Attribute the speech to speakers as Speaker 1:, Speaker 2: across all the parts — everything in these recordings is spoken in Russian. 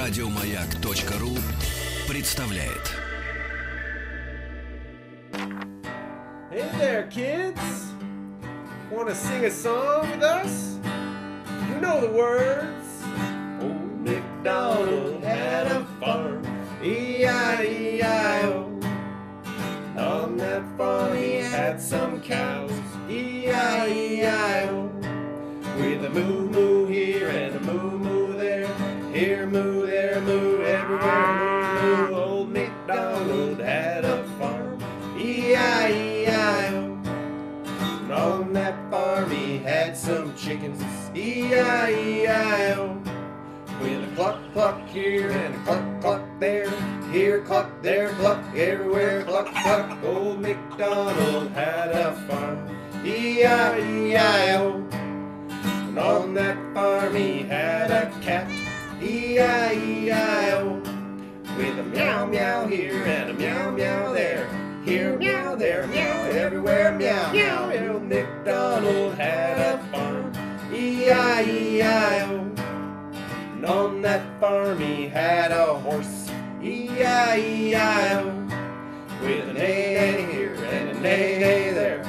Speaker 1: Радиомаяк.ру представляет.
Speaker 2: Hey there, kids! Want to sing a song with us? You know the words. Old MacDonald had a E farm, E-I-E-I-O. On that farm he had some cows, E E-I-E-I-O. With a moo moo here and a moo moo there, here moo there moo everywhere moo moo. Old MacDonald had a farm, E E-I-E-I-O. And on that farm he had some chickens, E E-I-E-I-O. With a cluck cluck here and a cluck cluck there, here cluck there cluck everywhere cluck cluck. Old MacDonald had a farm, E E-I-E-I-O. And on that farm he had a cat, E E-I-E-I-O. With a meow meow here and a meow meow there. Here meow there meow everywhere meow meow. Old MacDonald had a farm, E E-I-E-I-O. And on that farm he had a horse, E E-I-E-I-O. With an A here and an A there.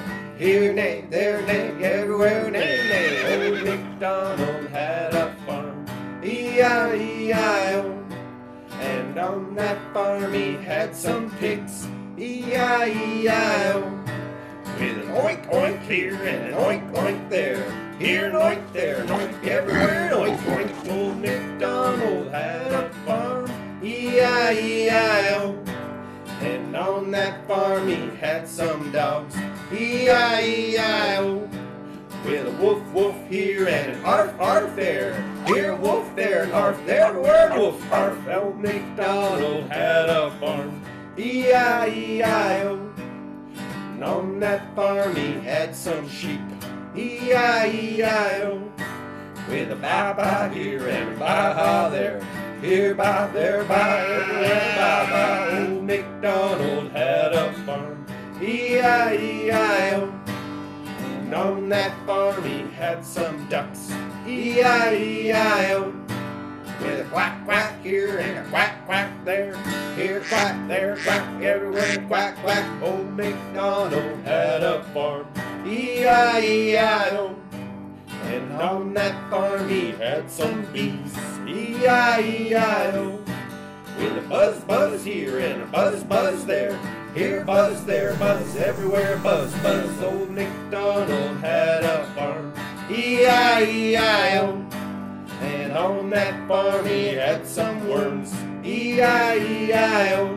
Speaker 2: Here nay, there nay, everywhere nay nay. Old MacDonald had a farm, E E-I-E-I-O. And on that farm he had some pigs, E-I-E-I-O. With an oink oink here and an oink oink there. Here an oink there, an oink everywhere, an oink oink. Old MacDonald had a farm, E-I-E-I-O. And on that farm he had some dogs, E-I-E-I-O. With a woof woof here and an arf arf there. Here woof there and arf there word woof arf. Old MacDonald had a farm, E E-I-E-I-O. And on that farm he had some sheep, E E-I-E-I-O. With a bye bye here and a bye bye there, here bye there bye everywhere bye bye. Old MacDonald had a farm, E E-I-E-I-O. And on that farm he had some ducks, E E-I-E-I-O. With a quack quack here and a quack quack there, here quack there quack everywhere quack quack. Old MacDonald had a farm, E E-I-E-I-O. And on that farm he had some E bees, E-I-E-I-O. With a buzz buzz here and a buzz buzz there. Here buzz, there buzz, everywhere buzz buzz. Old MacDonald had a farm, E E-I-E-I-O. And on that farm he had some worms, E E-I-E-I-O.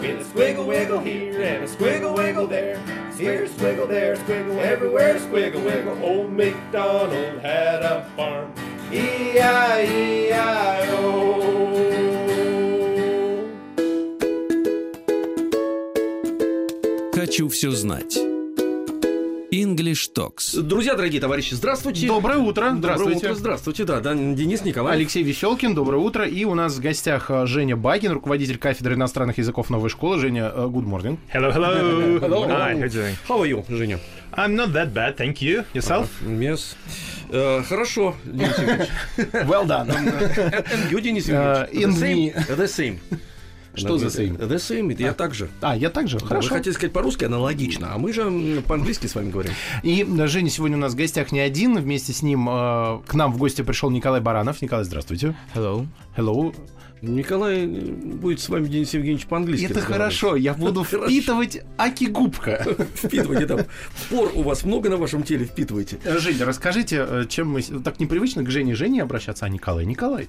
Speaker 2: With a squiggle wiggle here and a squiggle wiggle there. Here squiggle there, squiggle everywhere, squiggle wiggle. Old MacDonald had a farm. E E-I-E-I-O.
Speaker 1: Хочу все знать. English Talks.
Speaker 3: Друзья, дорогие товарищи, здравствуйте.
Speaker 4: Доброе утро.
Speaker 3: Доброе
Speaker 4: Здравствуйте.
Speaker 3: утро, здравствуйте, да, да, Денис Николаев.
Speaker 4: Алексей Веселкин, доброе утро. И у нас в гостях э, Женя Багин, руководитель кафедры иностранных языков новой школы. Женя, э, good morning.
Speaker 5: Hello, hello.
Speaker 3: Hello.
Speaker 5: Hi, how you doing?
Speaker 3: How are you, Женя?
Speaker 5: I'm not that bad, thank you. Yourself?
Speaker 3: Yes. Э, хорошо, Денис Евгеньевич.
Speaker 4: Well done.
Speaker 3: And you, Денис
Speaker 4: Э,
Speaker 3: Евгеньевич.
Speaker 4: in
Speaker 3: The same. The same.
Speaker 4: Что the same?
Speaker 3: The same, я так же.
Speaker 4: А, я также?
Speaker 3: Да, Вы
Speaker 4: Хорошо.
Speaker 3: хотите сказать по-русски аналогично, а мы же м, по-английски с вами говорим.
Speaker 4: И э, Женя сегодня у нас в гостях не один. Вместе с ним э, к нам в гости пришел Николай Баранов. Николай, здравствуйте.
Speaker 6: Hello.
Speaker 4: Hello.
Speaker 3: Николай э, будет с вами, Денис Евгеньевич, по-английски.
Speaker 4: Это
Speaker 3: разговаривать.
Speaker 4: хорошо. Я буду
Speaker 3: Хорошо.
Speaker 4: впитывать аки-губка.
Speaker 3: Впитывайте там. Пор у вас много на вашем теле, впитывайте.
Speaker 4: Э, Жень, расскажите, э, чем мы... с- Так непривычно к Жене Жене обращаться, а Николай Николай.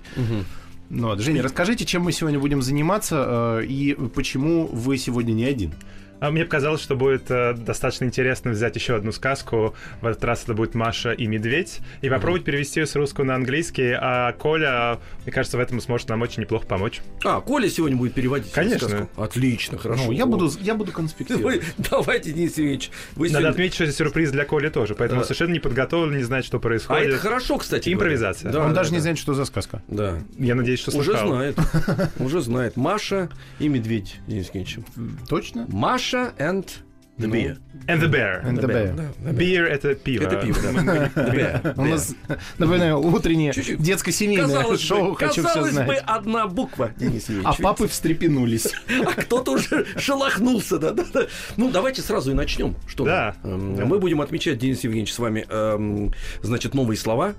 Speaker 4: Ну, вот, Женя, расскажите, чем мы сегодня будем заниматься э, и почему вы сегодня не один.
Speaker 5: А Мне показалось, что будет э, достаточно интересно взять еще одну сказку. В этот раз это будет Маша и медведь. И попробовать перевести ее с русского на английский. А Коля, мне кажется, в этом сможет нам очень неплохо помочь.
Speaker 3: А, Коля сегодня будет переводить
Speaker 5: Конечно.
Speaker 3: сказку? Отлично, хорошо.
Speaker 4: Ну, я
Speaker 3: Вот.
Speaker 4: буду, я буду конспектировать.
Speaker 3: Вы- давайте, Денис Евгеньевич. Вы
Speaker 5: Надо
Speaker 3: сегодня- А,
Speaker 5: отметить, что это сюрприз для Коли тоже, поэтому
Speaker 3: Да.
Speaker 5: совершенно не подготовлен, не знает, что
Speaker 3: А
Speaker 5: происходит.
Speaker 3: это хорошо, кстати.
Speaker 5: Импровизация.
Speaker 3: говоря. Да,
Speaker 4: Он
Speaker 3: да,
Speaker 4: даже не
Speaker 3: да.
Speaker 4: знает, что за сказка.
Speaker 3: Да.
Speaker 5: Я надеюсь, что
Speaker 3: Уже
Speaker 5: слышал.
Speaker 3: знает. Уже знает. Маша и медведь, Денис Евгеньевич.
Speaker 4: Точно?
Speaker 3: Маша and The
Speaker 4: Ну.
Speaker 3: beer.
Speaker 5: And the bear.
Speaker 4: And the bear.
Speaker 3: Да, the bear.
Speaker 5: Beer — это пиво.
Speaker 3: Это пиво, да. The bear.
Speaker 4: У нас, напоминаю, утреннее
Speaker 3: Чуть-чуть.
Speaker 4: детско-семейное
Speaker 3: Казалось,
Speaker 4: шоу
Speaker 3: бы,
Speaker 4: «Хочу все
Speaker 3: казалось бы,
Speaker 4: знать».
Speaker 3: одна буква, Денис
Speaker 4: А
Speaker 3: Ильич.
Speaker 4: папы встрепенулись.
Speaker 3: А кто-то уже шелохнулся, да, да, да. Ну, давайте сразу и начнем. Что мы?
Speaker 5: Да.
Speaker 3: Эм,
Speaker 5: Да.
Speaker 3: мы будем отмечать, Денис Евгеньевич, с вами, эм, значит, новые слова,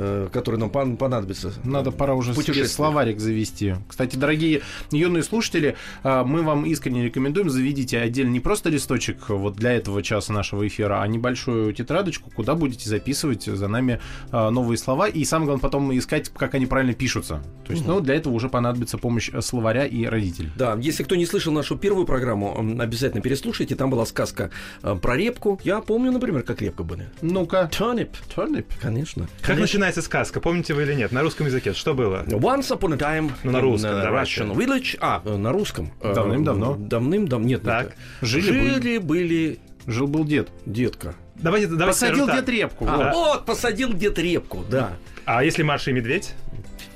Speaker 3: э, которые нам пон- понадобятся.
Speaker 4: Надо пора уже
Speaker 3: Путешествие.
Speaker 4: слушай, словарик завести. Кстати, дорогие юные слушатели, а, мы вам искренне рекомендуем заведите отдельно не просто листочек вот для этого часа нашего эфира, а небольшую тетрадочку, куда будете записывать за нами а, новые слова и самое главное потом искать, как они правильно пишутся. То есть, ну для этого уже понадобится помощь э, словаря и родителей.
Speaker 3: Да, если кто не слышал нашу первую программу, м, обязательно переслушайте. Там была сказка э, про репку. Я помню, например, как репка были.
Speaker 4: Ну-ка.
Speaker 3: Turnip.
Speaker 4: Turnip.
Speaker 3: Конечно. Ну,
Speaker 5: Как начинается сказка? Помните вы или нет? На русском языке что было?
Speaker 3: Once upon a time
Speaker 5: Ну, на
Speaker 3: in
Speaker 5: русском,
Speaker 3: a
Speaker 5: давайте.
Speaker 3: Russian village. А, э, на русском. Э,
Speaker 4: Давным-давно.
Speaker 3: Давным-давно. Нет,
Speaker 5: Так.
Speaker 3: нет.
Speaker 4: Жили-были.
Speaker 3: Жили-были
Speaker 4: Жил был дед.
Speaker 3: детка.
Speaker 5: Давайте, давайте
Speaker 4: Посадил
Speaker 5: скажем так.
Speaker 4: дед репку.
Speaker 3: А,
Speaker 4: вот.
Speaker 3: вот, посадил дед репку, да.
Speaker 5: А если Маша и Медведь?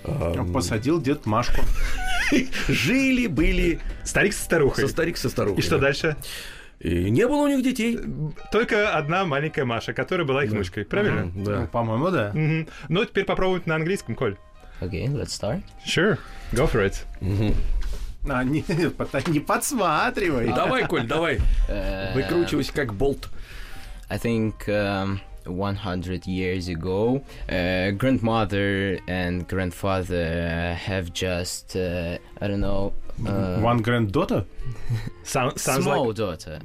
Speaker 3: Эм,
Speaker 4: Посадил дед Машку.
Speaker 3: Жили, были
Speaker 5: Старик со старухой.
Speaker 3: со старик со старухой.
Speaker 5: И что
Speaker 3: да.
Speaker 5: дальше?
Speaker 3: И не было у них детей.
Speaker 5: Только одна маленькая Маша, которая была их внучкой, правильно?
Speaker 3: Мгм,
Speaker 4: Ну,
Speaker 3: Да.
Speaker 4: По-моему, да.
Speaker 5: Мгм. Ну, теперь попробуем на английском, Коль.
Speaker 6: Okay, let's start.
Speaker 5: Sure, go for it.
Speaker 4: А, не, не подсматривай.
Speaker 3: Давай, Коль, давай. Выкручивайся как болт.
Speaker 6: I think um, 100 years ago, uh, grandmother and grandfather have just, uh, I don't know, uh,
Speaker 4: One granddaughter?
Speaker 5: Sound- sounds
Speaker 6: small
Speaker 5: like-
Speaker 6: daughter.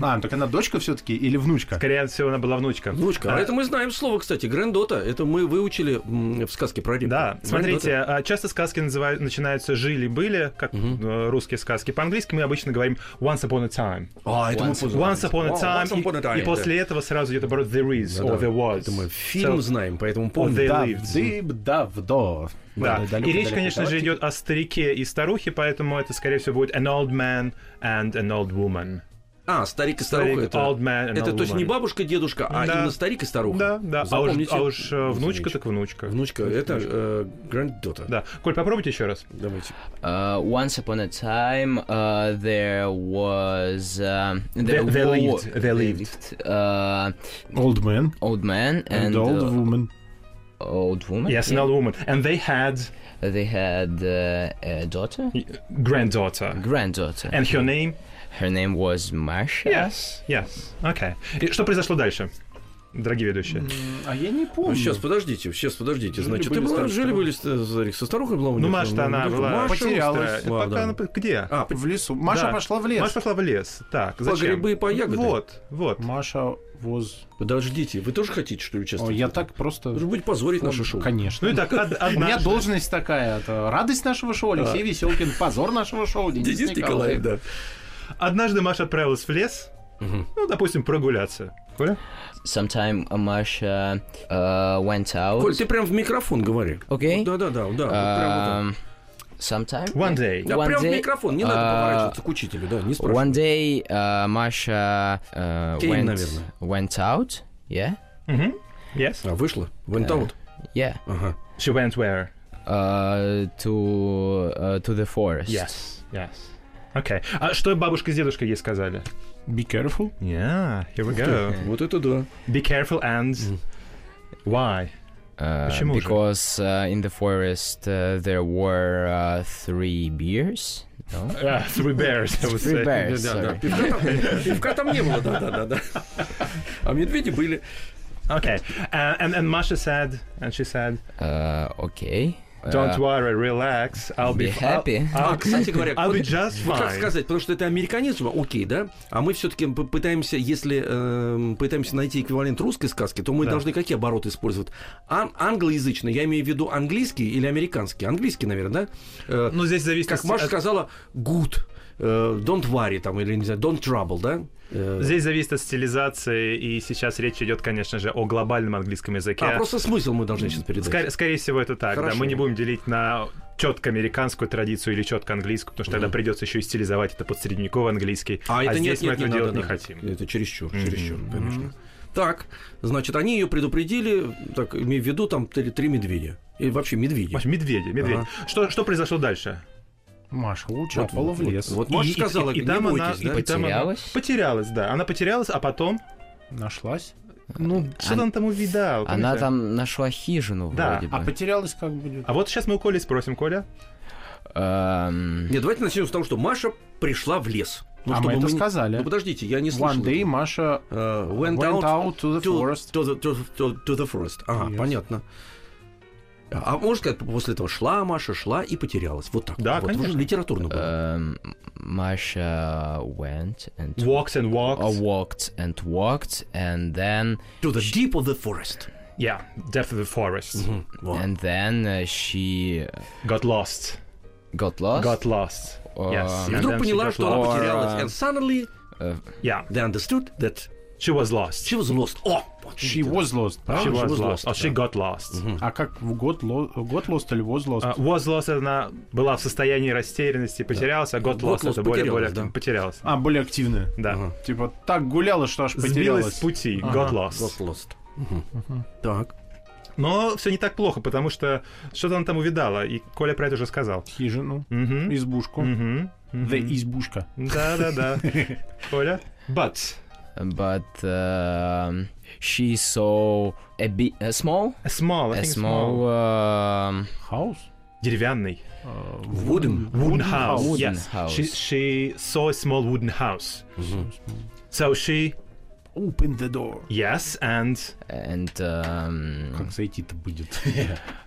Speaker 4: А, так она дочка все-таки или внучка?
Speaker 5: Скорее всего, она была внучка.
Speaker 3: Внучка. А
Speaker 5: Да.
Speaker 3: это мы знаем слово, кстати, грандота. Это мы выучили м, в сказке про репку.
Speaker 5: Да,
Speaker 3: Грандота.
Speaker 5: смотрите, а, часто сказки называют, начинаются «жили-были», как э, русские сказки. По-английски мы обычно говорим «once upon a time».
Speaker 3: А, это мы
Speaker 6: Once-
Speaker 3: познаем.
Speaker 5: Once upon a
Speaker 3: О,
Speaker 5: time,
Speaker 3: once upon a
Speaker 5: и-
Speaker 3: time,
Speaker 5: и,
Speaker 3: да.
Speaker 5: после этого сразу идет оборот «there is»
Speaker 3: Да,
Speaker 5: or
Speaker 3: да.
Speaker 5: «there was».
Speaker 3: Это мы фильм
Speaker 5: So-
Speaker 3: знаем, поэтому помним.
Speaker 5: they
Speaker 4: Да,
Speaker 5: lived.
Speaker 4: вдыб, да, вдо.
Speaker 5: Да, и речь, конечно же,
Speaker 4: идет
Speaker 5: идет о старике и старухе, поэтому это, скорее всего, будет an old man and an old woman.
Speaker 3: А, старик и старуха.
Speaker 5: Старик,
Speaker 3: это
Speaker 5: old man and
Speaker 3: это
Speaker 5: old
Speaker 3: то есть не
Speaker 5: woman.
Speaker 3: бабушка, дедушка, а
Speaker 5: Да.
Speaker 3: именно старик и старуха.
Speaker 5: Да, да. А уж,
Speaker 3: Запомните.
Speaker 5: а уж, э, внучка, так внучка.
Speaker 3: Внучка, это э, грандота.
Speaker 5: Да. Коль, попробуйте еще раз.
Speaker 3: Давайте.
Speaker 6: Uh, once upon a time, uh, there was. Um,
Speaker 5: they
Speaker 6: there wa-
Speaker 5: lived, they lived.
Speaker 6: uh,
Speaker 4: Old man
Speaker 6: old man
Speaker 4: and
Speaker 6: and
Speaker 4: old
Speaker 6: uh,
Speaker 4: woman.
Speaker 6: old woman.
Speaker 5: Yes, an old woman. And they had
Speaker 6: They had uh, a daughter,
Speaker 5: granddaughter.
Speaker 6: granddaughter.
Speaker 5: And her name?
Speaker 6: Her name was Marsha.
Speaker 5: Yes. Yes. Okay. И что произошло дальше, дорогие ведущие?
Speaker 4: А я не помню.
Speaker 3: сейчас, подождите, сейчас, подождите. Значит,
Speaker 4: были
Speaker 3: ты была,
Speaker 4: старик,
Speaker 3: жили были ст- старик со старухой была у
Speaker 5: Ну,
Speaker 3: них,
Speaker 5: Маша-то она
Speaker 3: ну,
Speaker 5: была...
Speaker 3: Маша
Speaker 4: потерялась.
Speaker 5: шустрая.
Speaker 3: Ладно.
Speaker 5: Э, Пока она... по- Где?
Speaker 3: А,
Speaker 4: в лесу. Маша
Speaker 5: Да.
Speaker 4: пошла в лес.
Speaker 5: Маша пошла в лес. Так,
Speaker 3: по
Speaker 5: зачем?
Speaker 3: грибы и по ягоды.
Speaker 5: Вот, вот.
Speaker 4: Маша воз.
Speaker 3: Подождите, вы тоже хотите, что ли,
Speaker 4: О,
Speaker 3: участвовать?
Speaker 4: я так просто.
Speaker 3: Может быть, позорить наше шоу.
Speaker 4: Конечно.
Speaker 5: Ну и так, од-
Speaker 4: У меня
Speaker 5: однажды-
Speaker 4: должность такая. Это радость нашего шоу, Алексей Веселкин. Позор нашего шоу, Денис,
Speaker 3: Денис Николаев, да.
Speaker 5: Однажды Маша отправилась в лес, ну, допустим, прогуляться. Коля?
Speaker 6: Sometime uh, Marsha uh, went out.
Speaker 3: Коль, ты прям в микрофон говори.
Speaker 6: Okay.
Speaker 3: Да, да, да, да. вот прям вот так.
Speaker 6: Um, sometime.
Speaker 5: One day.
Speaker 3: Да,
Speaker 6: one
Speaker 3: прям в
Speaker 6: day,
Speaker 3: микрофон, не надо
Speaker 6: а,
Speaker 3: поворачиваться к учителю, да, не спрашивай.
Speaker 6: One day, uh, Marsha uh,
Speaker 3: Кевин,
Speaker 6: went
Speaker 3: наверное.
Speaker 6: went out. Yeah.
Speaker 5: Мгм. Yes.
Speaker 3: А, вышло? Went out?
Speaker 6: Yeah.
Speaker 3: Ага.
Speaker 5: She went where?
Speaker 6: Uh, to uh, to the forest.
Speaker 5: Yes, yes. Окей. А что бабушка с дедушкой ей сказали?
Speaker 4: Be careful.
Speaker 5: Yeah, here we
Speaker 6: Э,
Speaker 5: go.
Speaker 3: Э, Вот это да.
Speaker 5: Be careful and...
Speaker 6: Mm.
Speaker 5: Why?
Speaker 6: Uh,
Speaker 5: Почему же?
Speaker 6: because uh, in the forest uh, there were uh, three bears. No?
Speaker 5: Uh, three bears, I would say.
Speaker 6: Three bears. sorry.
Speaker 3: Пивка там, пивка там не было, да, да, да, да. А медведи были.
Speaker 5: Okay. Uh, and, and Masha said, and she said,
Speaker 6: Uh, okay.
Speaker 5: don't
Speaker 6: Uh,
Speaker 5: worry, relax, I'll be...
Speaker 6: be happy.
Speaker 5: I'll,
Speaker 3: А, кстати говоря,
Speaker 5: I'll be
Speaker 3: вот-
Speaker 5: just
Speaker 3: Вот как
Speaker 5: fine.
Speaker 3: сказать, потому что это американизм, окей, да? А мы все-таки пытаемся, если эм, пытаемся найти эквивалент русской сказки, то мы
Speaker 5: Да.
Speaker 3: должны какие обороты использовать? Ан- англоязычный, я имею в виду английский или американский? Английский, наверное, да? Э,
Speaker 5: Ну, здесь зависит...
Speaker 3: как
Speaker 5: от-
Speaker 3: Маша
Speaker 5: от-
Speaker 3: сказала, good, э, don't worry, там, или, не знаю, don't trouble, да? Э,
Speaker 5: Здесь зависит от стилизации, и сейчас речь идет, конечно же, о глобальном английском языке.
Speaker 3: А, просто смысл мы должны сейчас передать.
Speaker 5: Скорее, скорее всего, это так. Да,
Speaker 3: Хорошо.
Speaker 5: мы не будем делить на четко американскую традицию или четко английскую, потому что тогда придется еще и стилизовать это под средневековый английский.
Speaker 3: А, это нет,
Speaker 5: здесь
Speaker 3: нет,
Speaker 5: мы этого
Speaker 3: не
Speaker 5: делать
Speaker 3: надо,
Speaker 5: не
Speaker 3: да.
Speaker 5: хотим.
Speaker 3: Это чересчур, чересчур, конечно. Так, значит, они ее предупредили, так, имею в виду, там, три, три медведя. И вообще медведи.
Speaker 5: Вообще, медведи, медведи.
Speaker 3: Ага.
Speaker 5: Что, что произошло дальше?
Speaker 4: Маша Лучапала в лес.
Speaker 3: Вот
Speaker 5: И-
Speaker 3: Маша
Speaker 5: и-
Speaker 3: сказала,
Speaker 5: и- и
Speaker 3: не
Speaker 5: там она-
Speaker 3: бойтесь, да?
Speaker 5: и там она-
Speaker 6: Потерялась?
Speaker 5: Потерялась, да. Она потерялась, а потом...
Speaker 4: Нашлась.
Speaker 5: Ну, что-то он там увидал.
Speaker 6: Она
Speaker 5: понимаешь?
Speaker 6: там нашла хижину
Speaker 5: Да,
Speaker 6: вроде
Speaker 4: А
Speaker 6: бы.
Speaker 4: потерялась как будет?
Speaker 5: А вот сейчас мы у Коли спросим. Коля,
Speaker 6: Эм,
Speaker 3: Нет, давайте начнем с того, что Маша пришла в лес. Ну,
Speaker 4: а
Speaker 3: чтобы
Speaker 4: мы это
Speaker 3: не-
Speaker 4: сказали.
Speaker 3: Ну, подождите, я не слышал.
Speaker 4: One day
Speaker 3: этого.
Speaker 4: Маша
Speaker 3: Э,
Speaker 4: went,
Speaker 3: went, out,
Speaker 4: out to the
Speaker 3: to,
Speaker 4: forest.
Speaker 3: to the, to the- to- to the forest. Ага,
Speaker 4: Yes.
Speaker 3: понятно. А а можно сказать, после этого шла Маша, шла и потерялась. Вот так.
Speaker 5: Да,
Speaker 3: вот.
Speaker 5: конечно.
Speaker 3: Уже Литературно было.
Speaker 6: эм, Masha went and
Speaker 5: walks and
Speaker 3: А
Speaker 5: walks.
Speaker 6: uh, walked and walked and then
Speaker 3: To the deep of the forest.
Speaker 5: Yeah, depth of the forest.
Speaker 3: Мгм, вот.
Speaker 6: and then uh, she
Speaker 5: Got lost.
Speaker 6: got lost.
Speaker 5: Got lost. Yes.
Speaker 3: И
Speaker 5: And then
Speaker 3: вдруг
Speaker 5: she
Speaker 3: поняла,
Speaker 5: got
Speaker 3: что А, она
Speaker 5: lost.
Speaker 6: lost.
Speaker 3: потерялась.
Speaker 6: Or,
Speaker 3: And suddenly
Speaker 5: Yeah,
Speaker 3: they understood that
Speaker 5: she was lost.
Speaker 3: she was lost. О! вот
Speaker 4: She
Speaker 3: видите,
Speaker 4: was lost,
Speaker 5: She
Speaker 4: правда?
Speaker 5: was
Speaker 3: was
Speaker 5: lost.
Speaker 3: lost,
Speaker 5: Or she got lost.
Speaker 4: А как в год, ло... год lost или was lost?
Speaker 5: А, was lost, она была в состоянии растерянности, потерялась, а got
Speaker 3: Got
Speaker 5: lost,
Speaker 3: lost,
Speaker 5: это более,
Speaker 3: потерялась,
Speaker 5: более
Speaker 3: да.
Speaker 5: потерялась.
Speaker 4: А, более активная.
Speaker 5: Да.
Speaker 3: Ага.
Speaker 4: Типа так гуляла, что аж
Speaker 5: Сбилась
Speaker 4: потерялась.
Speaker 5: с пути, got
Speaker 4: Ага.
Speaker 5: lost.
Speaker 3: was lost. Мгм. Так.
Speaker 5: Но все не так плохо, потому что что-то она там увидала, и Коля про это уже сказал.
Speaker 4: Хижину,
Speaker 5: Мгм.
Speaker 4: избушку.
Speaker 5: Мгм. Мгм.
Speaker 4: The избушка.
Speaker 5: Да-да-да. Коля? But.
Speaker 6: but um, she saw a, bi- a small
Speaker 5: A small, I
Speaker 6: a
Speaker 5: think
Speaker 6: small
Speaker 5: small.
Speaker 6: um,
Speaker 4: Хаус?
Speaker 5: Деревянный.
Speaker 4: Э,
Speaker 3: Wooden.
Speaker 5: Wooden house.
Speaker 6: house.
Speaker 5: Yes.
Speaker 6: Wooden house.
Speaker 5: She, she saw a small wooden house. So she,
Speaker 4: Open the door.
Speaker 5: yes, and
Speaker 6: and um,
Speaker 4: Как зайти-то будет?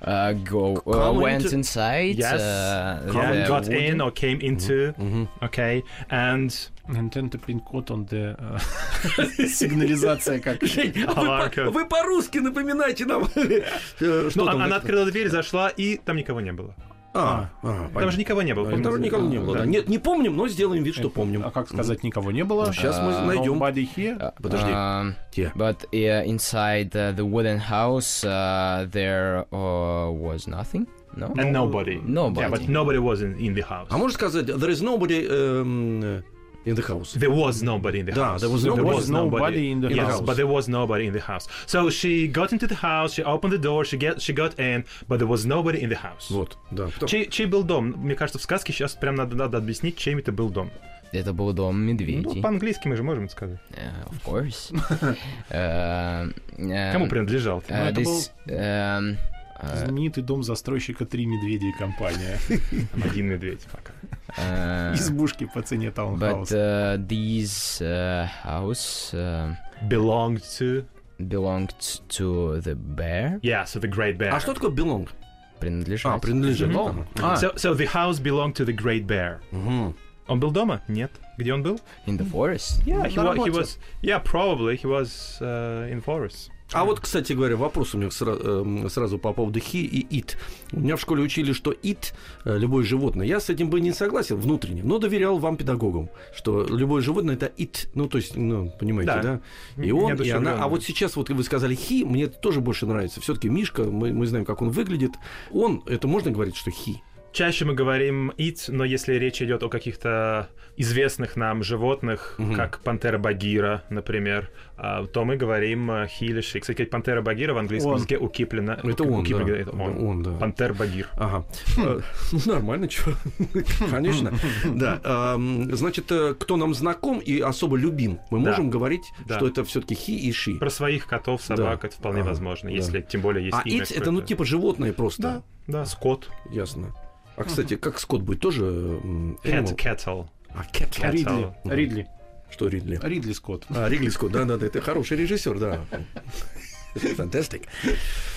Speaker 6: uh, go uh,
Speaker 3: Come
Speaker 6: went
Speaker 3: into-
Speaker 6: inside.
Speaker 5: Yes.
Speaker 6: uh,
Speaker 5: yeah,
Speaker 6: the
Speaker 5: got
Speaker 6: wooden-
Speaker 5: in or came into,
Speaker 3: Мгм.
Speaker 5: okay, and
Speaker 4: Nintendo print code on the... э, Сигнализация как...
Speaker 3: Жень, а вы
Speaker 5: Аларка.
Speaker 3: по- вы по-русски напоминайте нам, э,
Speaker 5: Ну,
Speaker 3: что там.
Speaker 5: она, она открыла дверь, зашла, и там никого не было.
Speaker 3: А, а,
Speaker 5: Там
Speaker 3: понятно.
Speaker 5: же никого не было.
Speaker 3: Там тоже Ну, никого не было. да. Нет, не помним, но сделаем вид, что помним.
Speaker 4: А как сказать, никого не было?
Speaker 3: Сейчас мы найдем.
Speaker 4: Nobody here.
Speaker 3: Подожди.
Speaker 6: Um,
Speaker 3: Те.
Speaker 6: but uh, inside uh, the wooden house, uh, there uh, was nothing. No.
Speaker 5: And nobody.
Speaker 6: Nobody.
Speaker 5: Yeah, but nobody was in, in the house.
Speaker 3: А можешь сказать, there is nobody эм, in the house.
Speaker 5: There was nobody in the
Speaker 3: Да,
Speaker 5: house.
Speaker 3: there was
Speaker 5: there
Speaker 3: nobody.
Speaker 5: was nobody in the yes,
Speaker 4: house.
Speaker 5: but there was nobody in the house. So she got into the house, she opened the door, she get, she got in, but there was nobody in the house.
Speaker 3: Вот, да. Кто-
Speaker 5: Чей, чей был дом? Мне кажется, в сказке сейчас прям надо, надо объяснить, чей это был дом.
Speaker 6: Это был дом
Speaker 5: Ну,
Speaker 6: медведей.
Speaker 5: по-английски мы же можем это сказать.
Speaker 6: Uh, of course. Um,
Speaker 5: Кому
Speaker 6: um,
Speaker 5: принадлежал?
Speaker 6: uh,
Speaker 4: Ну, это
Speaker 6: this, um,
Speaker 4: а.
Speaker 6: uh,
Speaker 4: Знаменитый дом застройщика «Три медведя» и компания.
Speaker 5: Один медведь. Пока.
Speaker 4: А.
Speaker 6: uh,
Speaker 4: Избушки по цене
Speaker 6: but
Speaker 4: таунхауса.
Speaker 6: uh, these uh, house um
Speaker 5: Belonged to...
Speaker 6: belonged to the bear.
Speaker 5: Yeah, so the great bear.
Speaker 3: А что такое belong?
Speaker 6: Принадлежать.
Speaker 5: Ah,
Speaker 3: А, принадлежит.
Speaker 4: Belong.
Speaker 3: Ага.
Speaker 5: So, so the house belonged to the great bear.
Speaker 3: Мгм.
Speaker 5: Он был дома? Нет. Где он был?
Speaker 6: In the forest.
Speaker 5: Yeah, he,
Speaker 4: на
Speaker 5: wa- he
Speaker 4: работе.
Speaker 5: was. Yeah, probably he was uh, in forest.
Speaker 3: А вот, кстати говоря, вопрос у меня сра- эм, сразу по поводу he и it. У меня в школе учили, что it э, любое животное. Я с этим бы не согласен внутренне, но доверял вам педагогам, что любое животное это it. Ну, то есть, ну, понимаете,
Speaker 5: Да.
Speaker 3: да? И
Speaker 5: М-
Speaker 3: он, и
Speaker 5: неодушевлённый.
Speaker 3: она. А вот сейчас вот вы сказали he, мне это тоже больше нравится. Все-таки Мишка, мы, мы знаем, как он выглядит. Он, это можно говорить, что he.
Speaker 5: Чаще мы говорим it, но если речь идет о каких-то известных нам животных,
Speaker 3: Мгм.
Speaker 5: как пантера багира, например, а, то мы говорим э, he или she. Кстати, пантера багира в английском
Speaker 4: Он.
Speaker 5: языке у Киплина.
Speaker 3: Это
Speaker 5: у
Speaker 3: он,
Speaker 5: Киплинга,
Speaker 3: да.
Speaker 5: это он.
Speaker 3: Да, он, да.
Speaker 5: Пантер багир.
Speaker 3: Ага. Э, Ну, нормально, чё. Конечно. Да. эм, Значит, э, кто нам знаком и особо любим, мы
Speaker 5: Да.
Speaker 3: можем говорить,
Speaker 5: Да.
Speaker 3: что это все-таки хи и ши.
Speaker 5: Про своих котов, собак
Speaker 3: Да.
Speaker 5: это вполне
Speaker 3: Ага,
Speaker 5: возможно,
Speaker 3: да.
Speaker 5: если тем более есть
Speaker 3: А
Speaker 5: имя
Speaker 3: ить это, ну,
Speaker 5: какое-то.
Speaker 3: типа животное
Speaker 5: да,
Speaker 3: просто.
Speaker 5: да, скот,
Speaker 3: Ясно. А, кстати, как скот будет тоже... м,
Speaker 5: cat,
Speaker 3: animal?
Speaker 5: cattle.
Speaker 3: А, cat.
Speaker 4: э,
Speaker 5: Cat.
Speaker 4: Ридли.
Speaker 3: Мгм.
Speaker 4: Ридли.
Speaker 3: Что Ридли?
Speaker 4: Ридли Скотт.
Speaker 3: А, Ридли Скотт, да-да-да, ты хороший режиссер, да. Фантастик.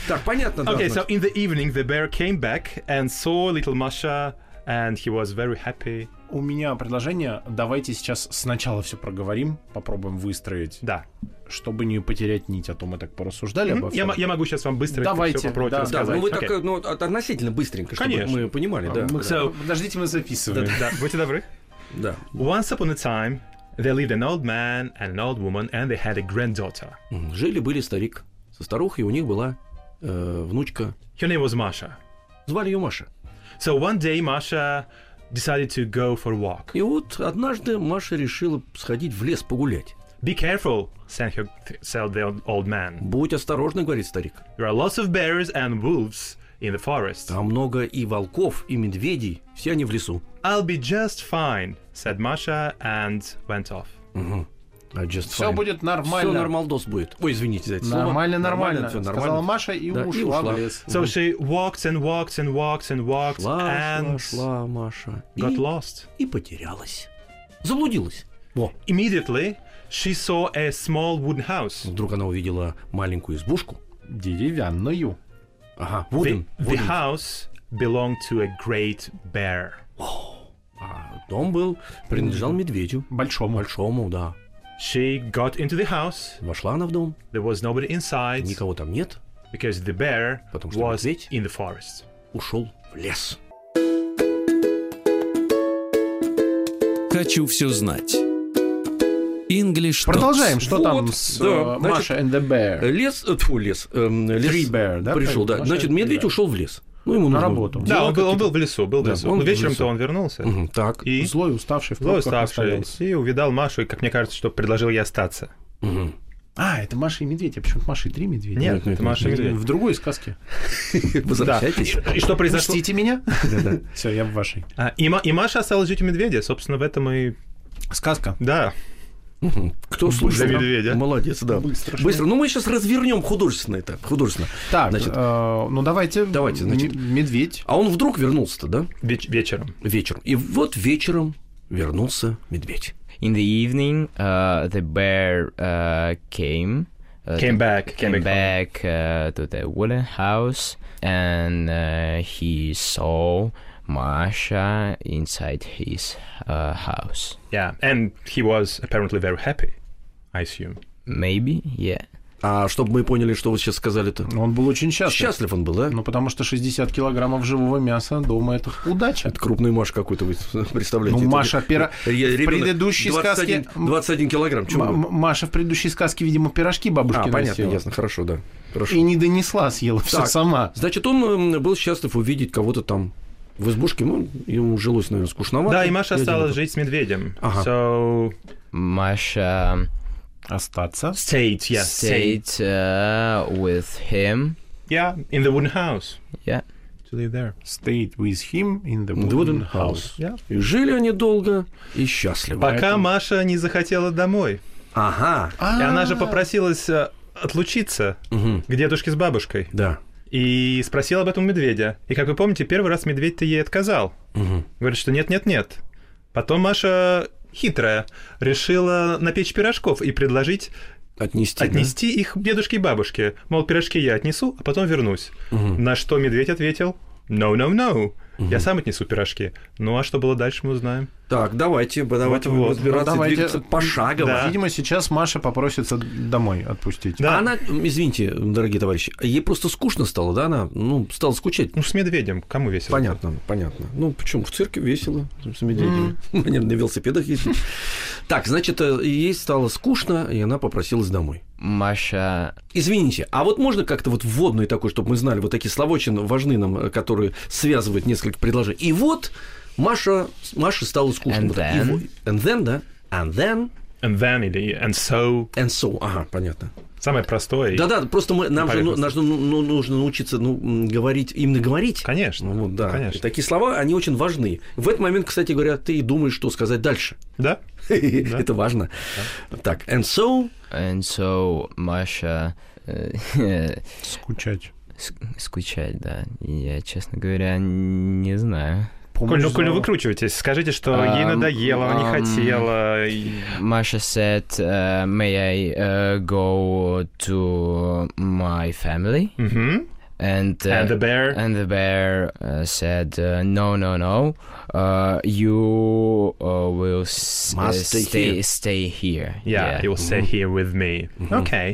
Speaker 3: Так, понятно, да.
Speaker 5: Okay, so
Speaker 3: значит.
Speaker 5: in the evening, the bear came back and saw little Masha, and he was very happy.
Speaker 4: У меня предложение. Давайте сейчас сначала все проговорим, попробуем выстроить,
Speaker 5: Да.
Speaker 4: чтобы не потерять нить, а то мы так порассуждали обо
Speaker 5: Я,
Speaker 4: всем.
Speaker 5: м- я могу сейчас вам быстро
Speaker 4: Давайте,
Speaker 5: все попробовать
Speaker 4: да, да,
Speaker 3: Да,
Speaker 5: рассказать.
Speaker 3: ну вы
Speaker 5: Окей.
Speaker 3: так, э, ну, от- относительно быстренько, чтобы
Speaker 5: Конечно. А,
Speaker 3: мы понимали, да.
Speaker 4: Мы-
Speaker 5: So-
Speaker 4: Подождите, мы записываем.
Speaker 5: Да, будьте добры.
Speaker 3: Да.
Speaker 5: Once upon a time, there lived an old man and an old woman, and they had a granddaughter.
Speaker 3: М, Жили-были старик со старухой, у них была э, внучка.
Speaker 5: Her name was Masha.
Speaker 3: Звали ее Маша.
Speaker 5: So one day, Masha decided to go for a walk.
Speaker 3: И вот однажды Маша решила сходить в лес погулять.
Speaker 5: Be careful, said, her, said the old- old man.
Speaker 3: Будь осторожна, говорит старик.
Speaker 5: There are lots of bears and wolves in the forest.
Speaker 3: Там много и волков, и медведей. Все они в лесу.
Speaker 5: I'll be just fine, said Masha and went off.
Speaker 3: А just
Speaker 4: Все
Speaker 3: fine.
Speaker 4: будет нормально.
Speaker 3: Все нормалдос будет. Ой, извините за это слово.
Speaker 4: Нормально, нормально,
Speaker 3: всё
Speaker 4: сказала Маша и,
Speaker 3: Да,
Speaker 4: ушла
Speaker 3: и ушла.
Speaker 4: в лес.
Speaker 5: So she walked and walked and walked and walked
Speaker 3: Шла, шла,
Speaker 5: and
Speaker 3: шла Маша. И,
Speaker 5: got lost.
Speaker 3: и потерялась. Заблудилась. Во.
Speaker 5: Immediately, she saw a small wooden house.
Speaker 3: Вдруг она увидела маленькую избушку.
Speaker 4: Деревянную.
Speaker 3: Ага,
Speaker 5: The,
Speaker 3: Вуден.
Speaker 5: the house belonged to a great bear.
Speaker 3: А дом был, принадлежал медведю.
Speaker 4: Большому.
Speaker 3: Большому, да.
Speaker 5: She got into the house.
Speaker 3: Вошла она в дом,
Speaker 5: There was nobody inside
Speaker 3: никого там нет,
Speaker 5: because the bear
Speaker 3: Потому что
Speaker 5: was
Speaker 3: медведь.
Speaker 5: in the forest.
Speaker 3: ушел в лес.
Speaker 1: Хочу все знать. English Talks.
Speaker 4: Продолжаем. Что
Speaker 3: Вот,
Speaker 4: там с
Speaker 3: да,
Speaker 4: э,
Speaker 3: значит,
Speaker 4: Маша and the Bear?
Speaker 3: Лес, э, тьфу, лес. эм, лес
Speaker 4: Three bear, да,
Speaker 3: Пришел, да.
Speaker 4: правильно?
Speaker 3: Значит, медведь
Speaker 4: Да.
Speaker 3: ушел в лес. Ну, ему
Speaker 4: На
Speaker 3: нужно-
Speaker 4: работу.
Speaker 5: Да, он был, он был в лесу, был в
Speaker 3: Да,
Speaker 5: лесу.
Speaker 3: он
Speaker 5: Но
Speaker 3: был в
Speaker 5: вечером-то
Speaker 3: лесу.
Speaker 5: он вернулся.
Speaker 3: Мгм, так. Ну,
Speaker 5: И
Speaker 4: Злой, уставший, в
Speaker 5: злой
Speaker 4: пробках
Speaker 5: уставший,
Speaker 4: оставался.
Speaker 5: и увидал Машу, и, как мне кажется, что предложил ей остаться.
Speaker 3: Мгм.
Speaker 4: А, это Маша и медведь. А почему-то Маша и три медведя?
Speaker 5: Нет,
Speaker 3: нет, нет,
Speaker 5: это Маша и
Speaker 4: Это
Speaker 5: медведь.
Speaker 4: В другой сказке.
Speaker 3: Возвращайтесь.
Speaker 5: И что произошло?
Speaker 4: Простите меня. Все, я в вашей.
Speaker 5: А, и, Ма- и Маша осталась жить у медведя, собственно, в этом и...
Speaker 4: Сказка.
Speaker 5: Да.
Speaker 3: Мгм. Кто слушал?
Speaker 5: медведя.
Speaker 3: Молодец, да.
Speaker 4: Быстро.
Speaker 3: Быстро. Ну, мы сейчас развернем художественно это. Художественно.
Speaker 4: Так,
Speaker 3: Значит,
Speaker 4: э, ну давайте.
Speaker 3: давайте, значит.
Speaker 4: м- Медведь.
Speaker 3: А он вдруг вернулся-то, да?
Speaker 5: Веч- вечером.
Speaker 3: Вечером. И вот вечером вернулся медведь.
Speaker 6: In the evening, uh, the bear uh, came. uh,
Speaker 5: Came
Speaker 6: to-
Speaker 5: back, came
Speaker 6: Came,
Speaker 5: back
Speaker 6: back uh, to the wooden house, and uh, he saw Masha inside his uh, house.
Speaker 5: Yeah. And he was apparently very happy, I assume.
Speaker 6: Maybe, yeah.
Speaker 3: А чтобы мы поняли, что вы сейчас сказали-то.
Speaker 4: Он был очень счастлив.
Speaker 3: Счастлив он был, да?
Speaker 4: Ну, потому что 60 килограммов живого мяса дома это удача.
Speaker 3: Это крупный Маш какой-то, вы представляете.
Speaker 4: Ну,
Speaker 3: Это
Speaker 4: Маша пира-
Speaker 3: Я- ребенок
Speaker 4: в предыдущей
Speaker 3: 21
Speaker 4: сказке-
Speaker 3: 21 килограмм.
Speaker 4: М-
Speaker 3: Чего? вы?
Speaker 4: М- Маша в предыдущей сказке, видимо, пирожки бабушки
Speaker 3: А, понятно,
Speaker 4: носила.
Speaker 3: ясно, хорошо, да. Хорошо.
Speaker 4: И не донесла, съела все
Speaker 3: Так.
Speaker 4: сама.
Speaker 3: Значит, он м, был счастлив увидеть кого-то там в избушке. Ну, ему жилось, наверное, скучновато.
Speaker 5: да, и Маша
Speaker 3: Я
Speaker 5: осталась
Speaker 3: одиноко.
Speaker 5: жить с медведем.
Speaker 3: Ага.
Speaker 5: So
Speaker 6: Masha um,
Speaker 4: Остаться.
Speaker 5: stayed, yeah, stayed.
Speaker 6: stayed uh, with him.
Speaker 5: Yeah, in the wooden house.
Speaker 6: Yeah.
Speaker 5: To live there.
Speaker 4: Stayed with him in the
Speaker 3: The
Speaker 4: wooden
Speaker 3: wooden
Speaker 4: house.
Speaker 3: house. И жили они долго и счастливо.
Speaker 5: Пока Маша не захотела домой.
Speaker 3: Ага.
Speaker 4: А?
Speaker 5: И она же попросилась э, отлучиться
Speaker 3: Мгм.
Speaker 5: к дедушке с бабушкой.
Speaker 3: Да.
Speaker 5: И спросила об этом у медведя. И, как вы помните, первый раз медведь-то ей отказал.
Speaker 3: Мгм.
Speaker 5: Говорит, что нет-нет-нет. Потом Маша хитрая решила напечь пирожков и предложить
Speaker 3: Отнести. да?
Speaker 5: отнести их дедушке и бабушке. Мол, пирожки я отнесу, а потом вернусь.
Speaker 3: Мгм.
Speaker 5: На что медведь ответил, no, no, no, я сам отнесу пирожки. Ну а что было дальше, мы узнаем.
Speaker 3: Так, давайте, давайте
Speaker 5: Вот-вот.
Speaker 3: разбираться,
Speaker 4: Ну, давайте.
Speaker 3: двигаться пошагово.
Speaker 5: Да.
Speaker 4: Видимо, сейчас Маша попросится домой отпустить.
Speaker 5: Да.
Speaker 3: А она, м, извините, дорогие товарищи, ей просто скучно стало, да, она, ну, стала скучать.
Speaker 5: Ну, с медведем, кому весело?
Speaker 3: Понятно, понятно. Ну, почему? В цирке весело с медведями. Они на велосипедах ездят. Так, значит, э, ей стало скучно, и она попросилась домой.
Speaker 6: Masha
Speaker 3: Извините, а вот можно как-то вот вводный такой, чтобы мы знали, вот такие словочины важны нам, э, которые связывают несколько предложений. И вот Маша, Маше стало скучно.
Speaker 6: And
Speaker 3: Вот так. И
Speaker 6: then.
Speaker 3: вот- and then, да? And then,
Speaker 5: And then, или and so,
Speaker 3: and so. Ага, понятно.
Speaker 5: самое простое.
Speaker 3: Да-да, просто мы, нам же ну,
Speaker 5: поверхностно.
Speaker 3: нам же, ну, ну, нужно научиться ну, м, говорить, именно говорить.
Speaker 5: Конечно,
Speaker 3: Ну, вот, да.
Speaker 5: конечно.
Speaker 3: И такие слова, они очень важны. В этот момент, кстати говоря, ты и думаешь, что сказать дальше.
Speaker 5: Да?
Speaker 3: Это важно. Так, and so...
Speaker 6: and so Masha. э,
Speaker 4: Скучать.
Speaker 6: ск- Скучать, да. Я, честно говоря, не знаю.
Speaker 5: Коль,
Speaker 4: Помощь
Speaker 5: ну, Коль, ну,
Speaker 4: зла.
Speaker 5: выкручивайтесь, скажите, что ей
Speaker 6: Ам,
Speaker 5: надоело, она не
Speaker 6: ам.
Speaker 5: хотела. и-
Speaker 6: Masha said, uh, "May I uh, go to my family?"
Speaker 5: Мгм.
Speaker 6: And uh,
Speaker 5: And the bear.
Speaker 6: and the bear, uh, said, uh, "No, no, no. Uh, you uh, will s-
Speaker 3: Must
Speaker 6: uh,
Speaker 3: stay
Speaker 6: stay
Speaker 3: here."
Speaker 6: stay here."
Speaker 5: Yeah, he will stay here with me. Okay.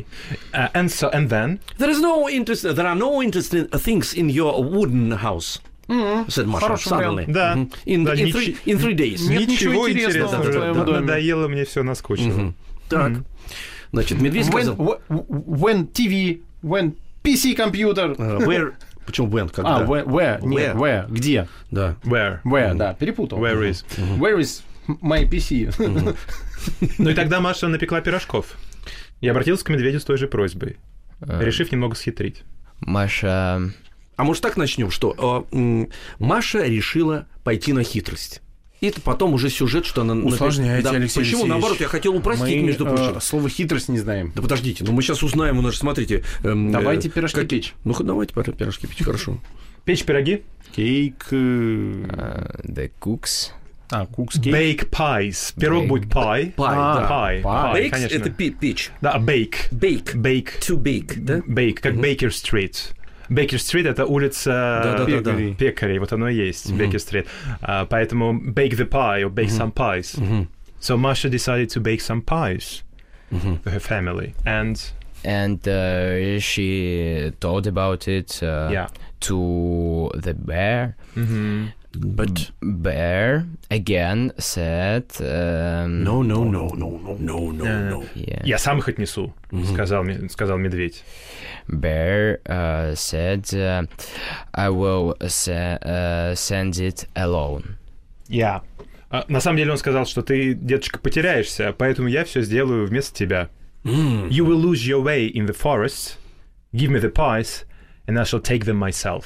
Speaker 5: Uh, and so, and then,
Speaker 3: There is no interest, there are no interesting things in your wooden house. Said Маша,
Speaker 4: М-м. Хороший вариант.
Speaker 3: suddenly.
Speaker 5: Да.
Speaker 3: Мгм. In,
Speaker 5: Да,
Speaker 3: in
Speaker 5: ничи-
Speaker 3: three, in three days.
Speaker 4: Нет ничего интересного
Speaker 3: в
Speaker 5: уже.
Speaker 3: твоем
Speaker 5: Да,
Speaker 4: доме.
Speaker 5: Надоело мне все наскучило.
Speaker 3: Так. Значит, медведь
Speaker 4: When,
Speaker 3: сказал...
Speaker 4: wh- when TV, when PC компьютер.
Speaker 3: э, Where... Почему when? Когда?
Speaker 4: А, where, where, нет, where, где?
Speaker 3: Да.
Speaker 5: Where?
Speaker 4: Where, да, перепутал.
Speaker 5: Where is?
Speaker 4: Where is my PC?
Speaker 5: Ну и тогда Маша напекла пирожков.
Speaker 3: Э.
Speaker 5: И обратился к медведю с той же просьбой, решив немного схитрить.
Speaker 6: Masha
Speaker 3: А может так начнем, что э, м, Маша решила пойти на хитрость. И это потом уже сюжет, что она... наконец-
Speaker 4: Усложняете,
Speaker 3: Да.
Speaker 4: Алексей
Speaker 3: Почему?
Speaker 4: Алексеевич.
Speaker 3: Наоборот, я хотел упростить,
Speaker 4: Мы,
Speaker 3: между
Speaker 4: э,
Speaker 3: прочим.
Speaker 4: слово хитрость не знаем.
Speaker 3: Да подождите, ну мы сейчас узнаем у нас, же, смотрите. эм,
Speaker 4: Давайте
Speaker 3: э,
Speaker 4: пирожки печь.
Speaker 3: Ну х- давайте пора- пирожки печь, хорошо.
Speaker 5: Печь пироги?
Speaker 4: Кейк. э,
Speaker 6: Uh, the cooks.
Speaker 4: А, кукс кейк.
Speaker 5: Bake pies. Пирог
Speaker 6: Bake.
Speaker 5: будет pie.
Speaker 3: Пай,
Speaker 4: А,
Speaker 3: да.
Speaker 5: Pie.
Speaker 4: pie.
Speaker 5: Pie,
Speaker 1: Бейкс
Speaker 5: конечно.
Speaker 1: это пе- печь.
Speaker 5: Да, а bake.
Speaker 1: Бейк.
Speaker 5: Bake.
Speaker 1: To bake, да?
Speaker 5: Бейк, как Бейкер-стрит. Бейкер-стрит — это улица
Speaker 3: Да-да-да-да.
Speaker 5: пекарей. пекарей, вот оно и есть, Бейкер-стрит. А, поэтому bake the pie or bake some pies. So Masha decided to bake some pies for her family. And,
Speaker 6: And uh, she told about it uh,
Speaker 5: yeah.
Speaker 6: to the bear.
Speaker 3: But
Speaker 6: Bear again said, um,
Speaker 3: no, no, no, no, no, no, no, no.
Speaker 6: yeah.
Speaker 5: Я сам их отнесу, сказал, ме- сказал медведь.
Speaker 6: Bear uh, said, uh, I will se- uh, send it alone.
Speaker 5: Я. А, на самом деле он сказал, что ты, деточка, потеряешься, поэтому я все сделаю вместо тебя. You will lose your way in the forest. Give me the pies, and I shall take them myself.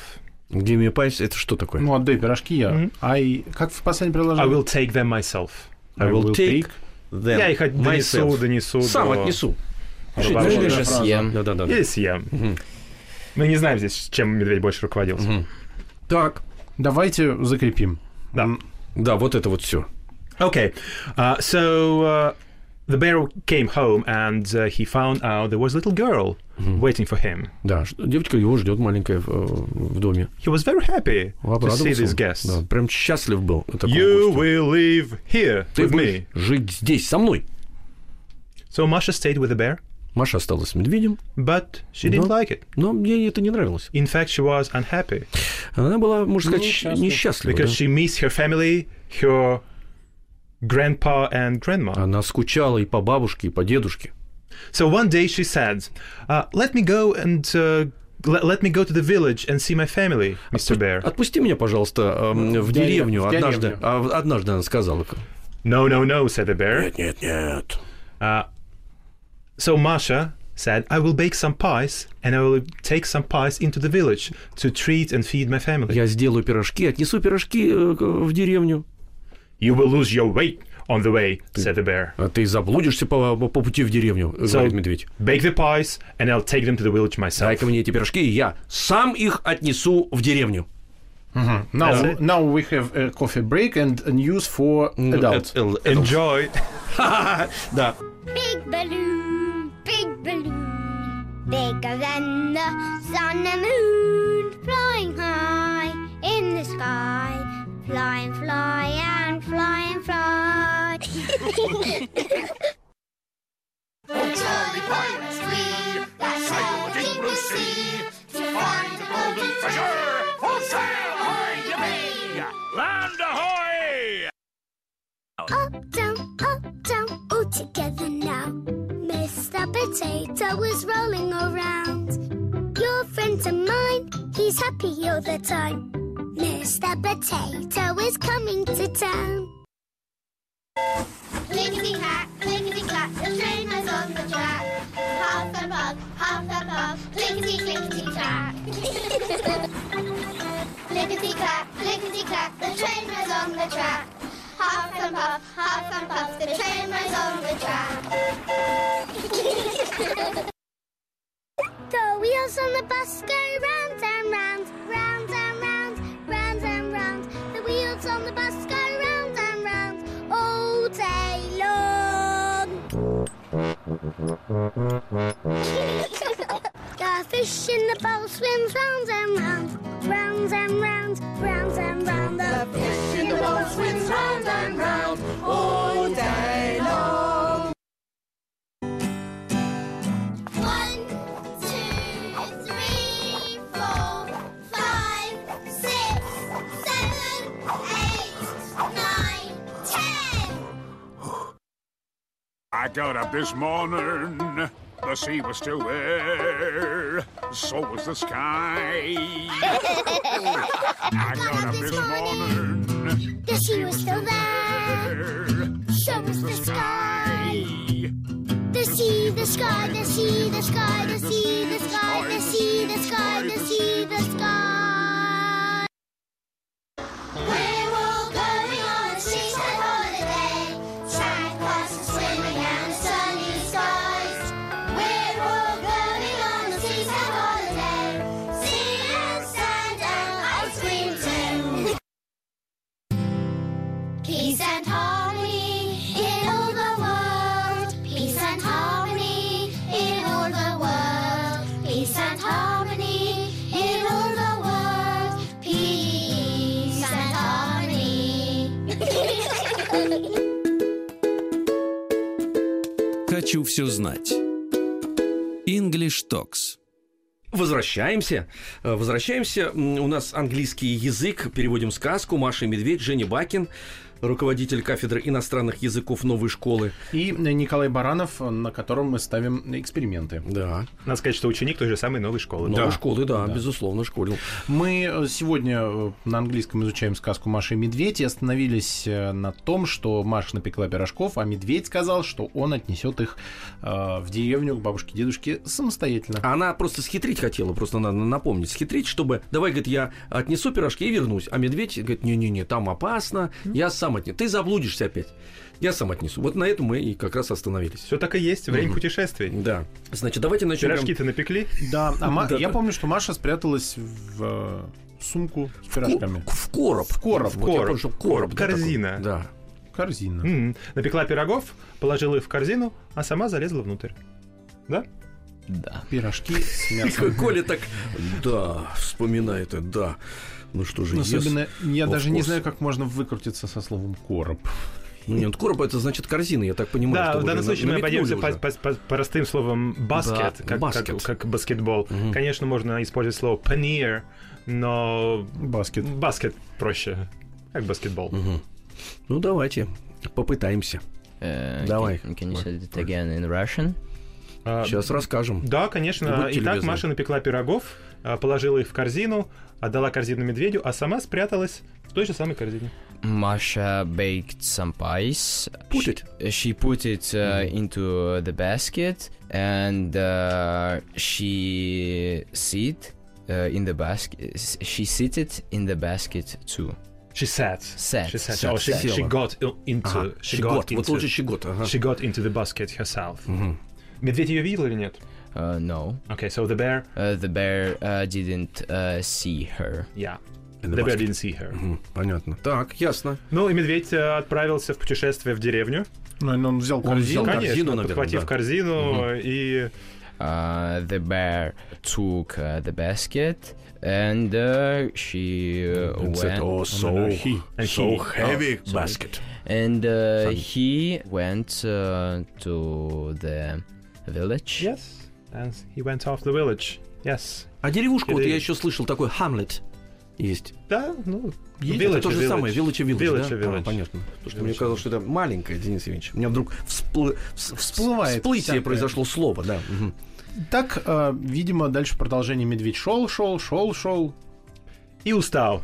Speaker 3: Give me pies, это что такое?
Speaker 4: Ну, отдай пирожки я. Ай, как в последнем приложении?
Speaker 5: I will take them myself.
Speaker 3: I will take them
Speaker 5: Я их от- донесу,
Speaker 3: myself.
Speaker 5: донесу.
Speaker 3: Сам
Speaker 5: до-
Speaker 3: отнесу.
Speaker 5: до
Speaker 3: Ну,
Speaker 5: ворот.
Speaker 3: или
Speaker 6: же съем.
Speaker 3: Да, да, да.
Speaker 5: Или съем. Мы не знаем здесь, чем медведь больше руководился.
Speaker 3: Так.
Speaker 4: Давайте закрепим.
Speaker 5: Да.
Speaker 4: М,
Speaker 3: Да, вот это вот все.
Speaker 5: Okay, uh, so uh, the bear came home and uh, he found out there was a little girl waiting for him.
Speaker 3: Да, ш- девочка его ждет маленькая в, э, в доме.
Speaker 5: He was very happy to
Speaker 3: Обрадовался
Speaker 5: see
Speaker 3: он.
Speaker 5: this guest.
Speaker 3: Да, прям счастлив был. от такого
Speaker 5: You
Speaker 3: гостя.
Speaker 5: will live here
Speaker 3: Ты
Speaker 5: with
Speaker 3: будешь
Speaker 5: me.
Speaker 3: жить здесь со мной.
Speaker 5: So Masha stayed with the bear,
Speaker 3: Маша осталась с медведем,
Speaker 5: but she didn't
Speaker 3: No.
Speaker 5: like it.
Speaker 3: но мне это не нравилось.
Speaker 5: In fact, she was unhappy
Speaker 3: Она была, можно сказать, щ- несчастлива.
Speaker 5: because
Speaker 3: да.
Speaker 5: she missed her family, her grandpa and grandma.
Speaker 3: Она скучала и по бабушке, и по дедушке.
Speaker 5: So one day she said, uh, "Let me go and uh, le- let me go to the village and see my family, Mr. Bear."
Speaker 3: Отпусти меня, пожалуйста, эм, в
Speaker 4: в дерев-
Speaker 3: деревню.
Speaker 4: в
Speaker 3: однажды,
Speaker 4: деревню.
Speaker 3: а, в- однажды она сказала.
Speaker 5: No, no, no," said the bear.
Speaker 3: Нет, нет, нет.
Speaker 5: Uh, so Masha said, "I will bake some pies and I will take some pies into the village to treat and feed my family."
Speaker 3: Я сделаю пирожки, отнесу пирожки э, к- в деревню.
Speaker 5: You will lose your weight on the way," said the bear.
Speaker 3: А ты заблудишься по, по пути в деревню, э, говорит медведь.
Speaker 5: bake the pies and I'll take them to the village myself.
Speaker 3: Дай-ка мне эти пирожки, и я сам их отнесу в деревню.
Speaker 4: Now, now we have a coffee break and news for adults.
Speaker 3: Э, э, э,
Speaker 5: Enjoy.
Speaker 3: Да.
Speaker 7: Big balloon, big balloon, bigger than the sun and moon, flying high in the sky, flying, fly and fly and fly. Jolly pirates we, that sail the deep blue sea to find the golden treasure. Full sail, hurry to me! Up, down, up, down, all together now. Mr. Potato is rolling around. Your friends and mine, he's happy all the time. Mr. Potato is coming to town. Clickety clack, clickety clack, the train is on the track. Half a bug, half a bug, clickety clickety clack. clickety clack, clickety clack, the train is on the track. Half and puff, half and puff, the train is on the track. The wheels on the bus go round and round, round and round, round and round. The wheels on the bus go round and round all day long. the fish in the bowl swims round and round, round and round, round and round. The fish in the bowl swims round and round Oh, all day long. One, two, three, four, five, six, seven, eight, nine, ten.
Speaker 8: I got up this morning, the sea was still there, so was the sky. I got up this morning,
Speaker 7: The sea was still there. So was the sky. The sea, the sky, the sea, the sky, the sea, the sky, the sea, the sky, the sea, the sky.
Speaker 1: хочу все знать. English Talks.
Speaker 3: Возвращаемся. Э, Возвращаемся. М, У нас английский язык. Переводим сказку. Маша и Медведь, Женя Бакин, руководитель кафедры иностранных языков новой школы.
Speaker 4: И Николай Баранов, на котором мы ставим эксперименты.
Speaker 3: Да.
Speaker 5: Надо сказать, что ученик той же самой новой школы.
Speaker 3: Новой школы, да,
Speaker 4: Да.
Speaker 3: безусловно, школил.
Speaker 4: Мы э, сегодня э, на английском изучаем сказку Маша и Медведь и остановились э, на том, что Маша напекла пирожков, а Медведь сказал, что он отнесет их э, в деревню к бабушке-дедушке самостоятельно.
Speaker 3: Она просто схитрить хотела, просто надо напомнить, схитрить, чтобы, давай, говорит, я отнесу пирожки и вернусь. А медведь говорит, не-не-не, там опасно, я сам отнесу. Ты заблудишься опять, я сам отнесу. Вот на этом мы и как раз остановились.
Speaker 5: Все так и есть. Время путешествий.
Speaker 3: Да. Значит, давайте начнем.
Speaker 5: Пирожки-то напекли.
Speaker 4: Да, а Ма-
Speaker 3: Да,
Speaker 4: я
Speaker 3: да.
Speaker 4: помню, что Маша спряталась в э, сумку с пирожками.
Speaker 3: Ку- Ну, В короб.
Speaker 4: В короб,
Speaker 3: Вот я
Speaker 5: короб.
Speaker 3: помню, что короб. да,
Speaker 5: Корзина.
Speaker 3: такой. Да.
Speaker 4: Корзина.
Speaker 5: М, Напекла пирогов, положила их в корзину, а сама залезла внутрь.
Speaker 6: Да.
Speaker 4: Пирожки с мясом.
Speaker 3: И Коля так, да, вспоминает это, да. Ну что же, ест.
Speaker 4: Особенно, я
Speaker 3: Of
Speaker 4: даже не
Speaker 3: course.
Speaker 4: знаю, как можно выкрутиться со словом короб.
Speaker 3: Ну нет, короб это значит корзина, я так понимаю.
Speaker 5: Да,
Speaker 3: что
Speaker 5: в
Speaker 3: вы
Speaker 5: данном
Speaker 3: же
Speaker 5: случае мы
Speaker 3: намекнули
Speaker 5: обойдемся
Speaker 3: уже.
Speaker 5: по- по- по- простым словом баскет,
Speaker 3: Да,
Speaker 5: как,
Speaker 3: баскет.
Speaker 5: Как, как баскетбол. Конечно, можно использовать слово панир, но
Speaker 4: Баскет.
Speaker 5: баскет проще, как баскетбол.
Speaker 3: Ну давайте, попытаемся.
Speaker 6: Uh,
Speaker 3: Давай.
Speaker 6: Can, can you say it again in Russian?
Speaker 5: А,
Speaker 3: Сейчас расскажем.
Speaker 5: Да, конечно.
Speaker 3: Будьте
Speaker 5: Итак,
Speaker 3: любезны.
Speaker 5: Маша напекла пирогов, а, положила их в корзину, отдала корзину медведю, а сама спряталась в той же самой корзине.
Speaker 6: Masha baked some pies.
Speaker 3: Put
Speaker 6: she,
Speaker 3: it.
Speaker 6: uh, She put it uh,
Speaker 5: Mm-hmm.
Speaker 6: into uh, the basket and uh, she sit uh, in the basket. She seated in the basket too.
Speaker 5: She sat.
Speaker 6: Sat.
Speaker 5: She sat.
Speaker 6: Sat.
Speaker 5: Oh, she,
Speaker 6: Села.
Speaker 5: she got i- into.
Speaker 3: Ага,
Speaker 5: she
Speaker 3: А, щегот,
Speaker 5: got
Speaker 3: вот
Speaker 5: into-
Speaker 3: лучше щегот. ага.
Speaker 5: She got into the basket herself. Медведь ее видел или нет?
Speaker 6: Uh, no,
Speaker 5: Okay, so the bear,
Speaker 6: uh, the bear uh, didn't uh, see her.
Speaker 5: yeah,
Speaker 3: In
Speaker 5: the,
Speaker 3: the
Speaker 5: bear
Speaker 3: basket.
Speaker 5: didn't see her.
Speaker 3: Мгм, Понятно. Так, ясно.
Speaker 5: Ну и медведь э, отправился в путешествие в деревню.
Speaker 4: Ну, и он взял
Speaker 3: взял
Speaker 4: корзину.
Speaker 3: корзину,
Speaker 5: Конечно,
Speaker 3: наверное,
Speaker 5: подхватив
Speaker 3: да.
Speaker 5: корзину э, и
Speaker 6: Uh, the bear took uh, the basket and uh, she uh,
Speaker 3: It's that,
Speaker 6: went.
Speaker 3: oh, so, so heavy basket.
Speaker 6: And uh, he went uh, to the village.
Speaker 5: yes, and he went off the village. Yes.
Speaker 3: А деревушку, вот
Speaker 5: Или-
Speaker 3: я еще слышал, такой Хамлет есть.
Speaker 5: Да, ну,
Speaker 3: Есть?
Speaker 5: village,
Speaker 3: это то же
Speaker 5: village.
Speaker 3: самое, Виллача Виллач,
Speaker 5: Village,
Speaker 3: да?
Speaker 5: village.
Speaker 3: А, понятно. Потому что мне казалось, что это маленькое, Денис Евгеньевич. У меня вдруг всплы- вс- вс-
Speaker 4: Всплывает
Speaker 3: всплытие
Speaker 4: всякое.
Speaker 3: произошло слово, да. Мгм.
Speaker 4: Так, э, видимо, дальше продолжение медведь шел, шел, шел, шел.
Speaker 5: И устал.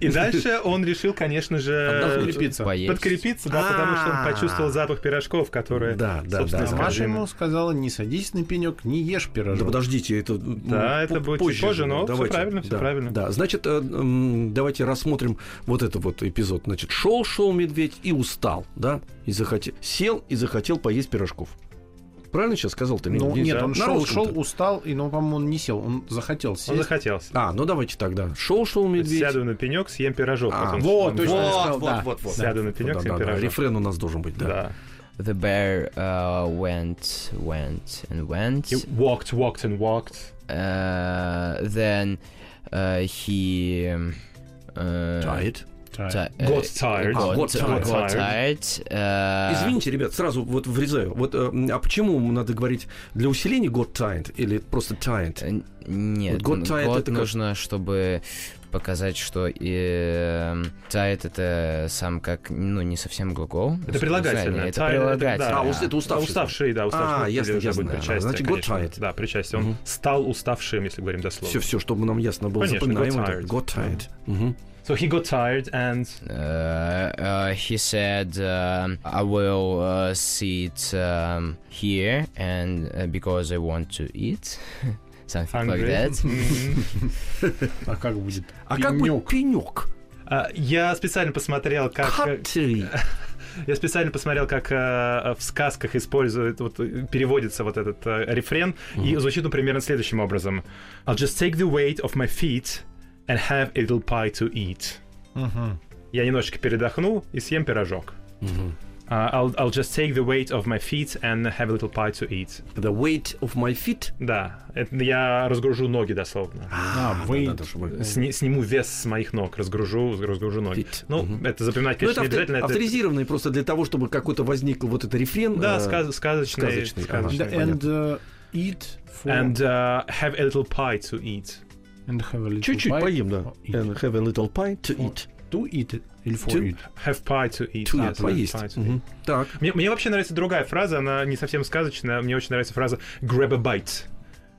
Speaker 5: И дальше он решил, конечно же,
Speaker 3: Отдохнуть.
Speaker 4: Крепиться.
Speaker 6: Поесть.
Speaker 5: подкрепиться, да, потому что
Speaker 3: А.
Speaker 5: он почувствовал запах пирожков, которые,
Speaker 3: Да, да,
Speaker 5: собственно,
Speaker 3: да.
Speaker 5: из
Speaker 4: А Маша
Speaker 5: корзины.
Speaker 4: ему сказала, не садись на пенек, не ешь
Speaker 3: Да
Speaker 4: пирожок.
Speaker 3: подождите, это... м,
Speaker 5: Да, это
Speaker 3: по-
Speaker 5: будет
Speaker 3: позже,
Speaker 5: позже,
Speaker 3: же.
Speaker 5: но всё
Speaker 3: Давайте.
Speaker 5: правильно, всё
Speaker 3: Да,
Speaker 5: правильно.
Speaker 3: Да, значит, э, м, давайте рассмотрим вот этот вот эпизод. Значит, шел-шел медведь и устал, да, и захотел... Сел и захотел поесть пирожков. Правильно сейчас сказал ты?
Speaker 4: Ну,
Speaker 3: Евгений?
Speaker 4: нет, он
Speaker 3: На
Speaker 4: шел,
Speaker 3: русском-то.
Speaker 4: шел, устал, и, ну, по-моему, он не сел, он захотел
Speaker 5: Он
Speaker 4: сесть.
Speaker 5: захотелся.
Speaker 3: А, ну давайте тогда. Шел-шел медведь.
Speaker 5: Сяду на пенек, съем пирожок.
Speaker 3: А,
Speaker 5: потом
Speaker 4: вот,
Speaker 5: он
Speaker 4: точно.
Speaker 5: говорит,
Speaker 4: сказал, да.
Speaker 3: вот.
Speaker 5: Сяду на пенек,
Speaker 3: Да,
Speaker 5: съем
Speaker 3: да, да,
Speaker 5: пирожок.
Speaker 3: Рефрен у нас должен быть, да.
Speaker 5: Да.
Speaker 6: The bear uh, went, went, and went.
Speaker 5: He walked, walked and walked.
Speaker 6: Uh, then uh, he. um, Uh,
Speaker 3: Tired.
Speaker 4: Tired.
Speaker 6: ti-
Speaker 5: Got
Speaker 6: uh,
Speaker 5: tired.
Speaker 6: Got,
Speaker 3: Got tired.
Speaker 6: got tired.
Speaker 5: А.
Speaker 6: Uh,
Speaker 3: Извините, ребят, сразу вот врезаю. Вот, э, м, а почему надо говорить для усиления got tired или просто tired?
Speaker 6: э, Нет,
Speaker 3: Вот got tired
Speaker 6: got
Speaker 3: это как-
Speaker 6: нужно, чтобы показать, что и, эм, tired это сам как, ну, не совсем глагол.
Speaker 5: Это прилагательное.
Speaker 6: Это
Speaker 5: Tired,
Speaker 6: прилагательное.
Speaker 5: да.
Speaker 3: А, уст- это уставший.
Speaker 5: Уставший, да, уставший.
Speaker 3: А,
Speaker 5: Или
Speaker 3: ясно,
Speaker 5: забыть
Speaker 3: ясно.
Speaker 5: причастие,
Speaker 3: Значит, got
Speaker 5: конечно.
Speaker 3: tired.
Speaker 5: Да, причастие. Он стал уставшим, если говорим дословно.
Speaker 3: Все, все, чтобы нам ясно было.
Speaker 5: Конечно,
Speaker 3: Запоминаем
Speaker 5: got
Speaker 3: это.
Speaker 5: tired.
Speaker 3: Got tired. Мгм.
Speaker 5: So he got tired and...
Speaker 6: Uh, uh, he said, um, "I will uh, sit um, here, and uh, because I want to eat something like
Speaker 5: Hungry.
Speaker 6: that."
Speaker 5: Мгм.
Speaker 4: А как будет?
Speaker 3: А как будет пенек?
Speaker 5: А, Я специально посмотрел, как...
Speaker 3: Cutty.
Speaker 5: Я специально посмотрел, как э, э, в сказках используют, вот э, переводится вот этот э, рефрен, и звучит он примерно следующим образом: I'll just take the weight of my feet and have a little pie to eat. Я немножечко передохну и съем пирожок. а, I'll, I'll just take the weight of my feet and have a little pie to eat.
Speaker 3: The weight of my feet.
Speaker 5: Да, это я разгружу ноги дословно.
Speaker 4: А, вы-
Speaker 3: Да-да, чтобы-
Speaker 5: Сни- сниму вес с моих ног, разгружу, разгружу ноги.
Speaker 3: Fit.
Speaker 5: Ну, это запоминать,
Speaker 3: Ну, это
Speaker 5: конечно, не
Speaker 3: авто-
Speaker 5: обязательно. это-
Speaker 3: авторизированный просто для того, чтобы какой-то возник вот этот рефрен.
Speaker 5: Да,
Speaker 3: э,
Speaker 5: сказ- сказочный.
Speaker 3: сказочный, ага.
Speaker 5: сказочный.
Speaker 3: Да,
Speaker 4: And uh, eat for...
Speaker 5: And uh, have a little pie to eat.
Speaker 4: and have a little
Speaker 3: Чуть-чуть
Speaker 4: bite
Speaker 3: поем, да.
Speaker 4: for eat.
Speaker 3: And have a little pie to
Speaker 4: For-
Speaker 3: eat.
Speaker 4: To eat it. Или for
Speaker 3: To-
Speaker 4: eat.
Speaker 5: Have pie to eat.
Speaker 3: To
Speaker 5: Yes,
Speaker 3: eat, поесть.
Speaker 5: have pie to eat.
Speaker 3: Мгм. Так.
Speaker 5: Мне, мне вообще нравится другая фраза, она не совсем сказочная. Мне очень нравится фраза grab a bite.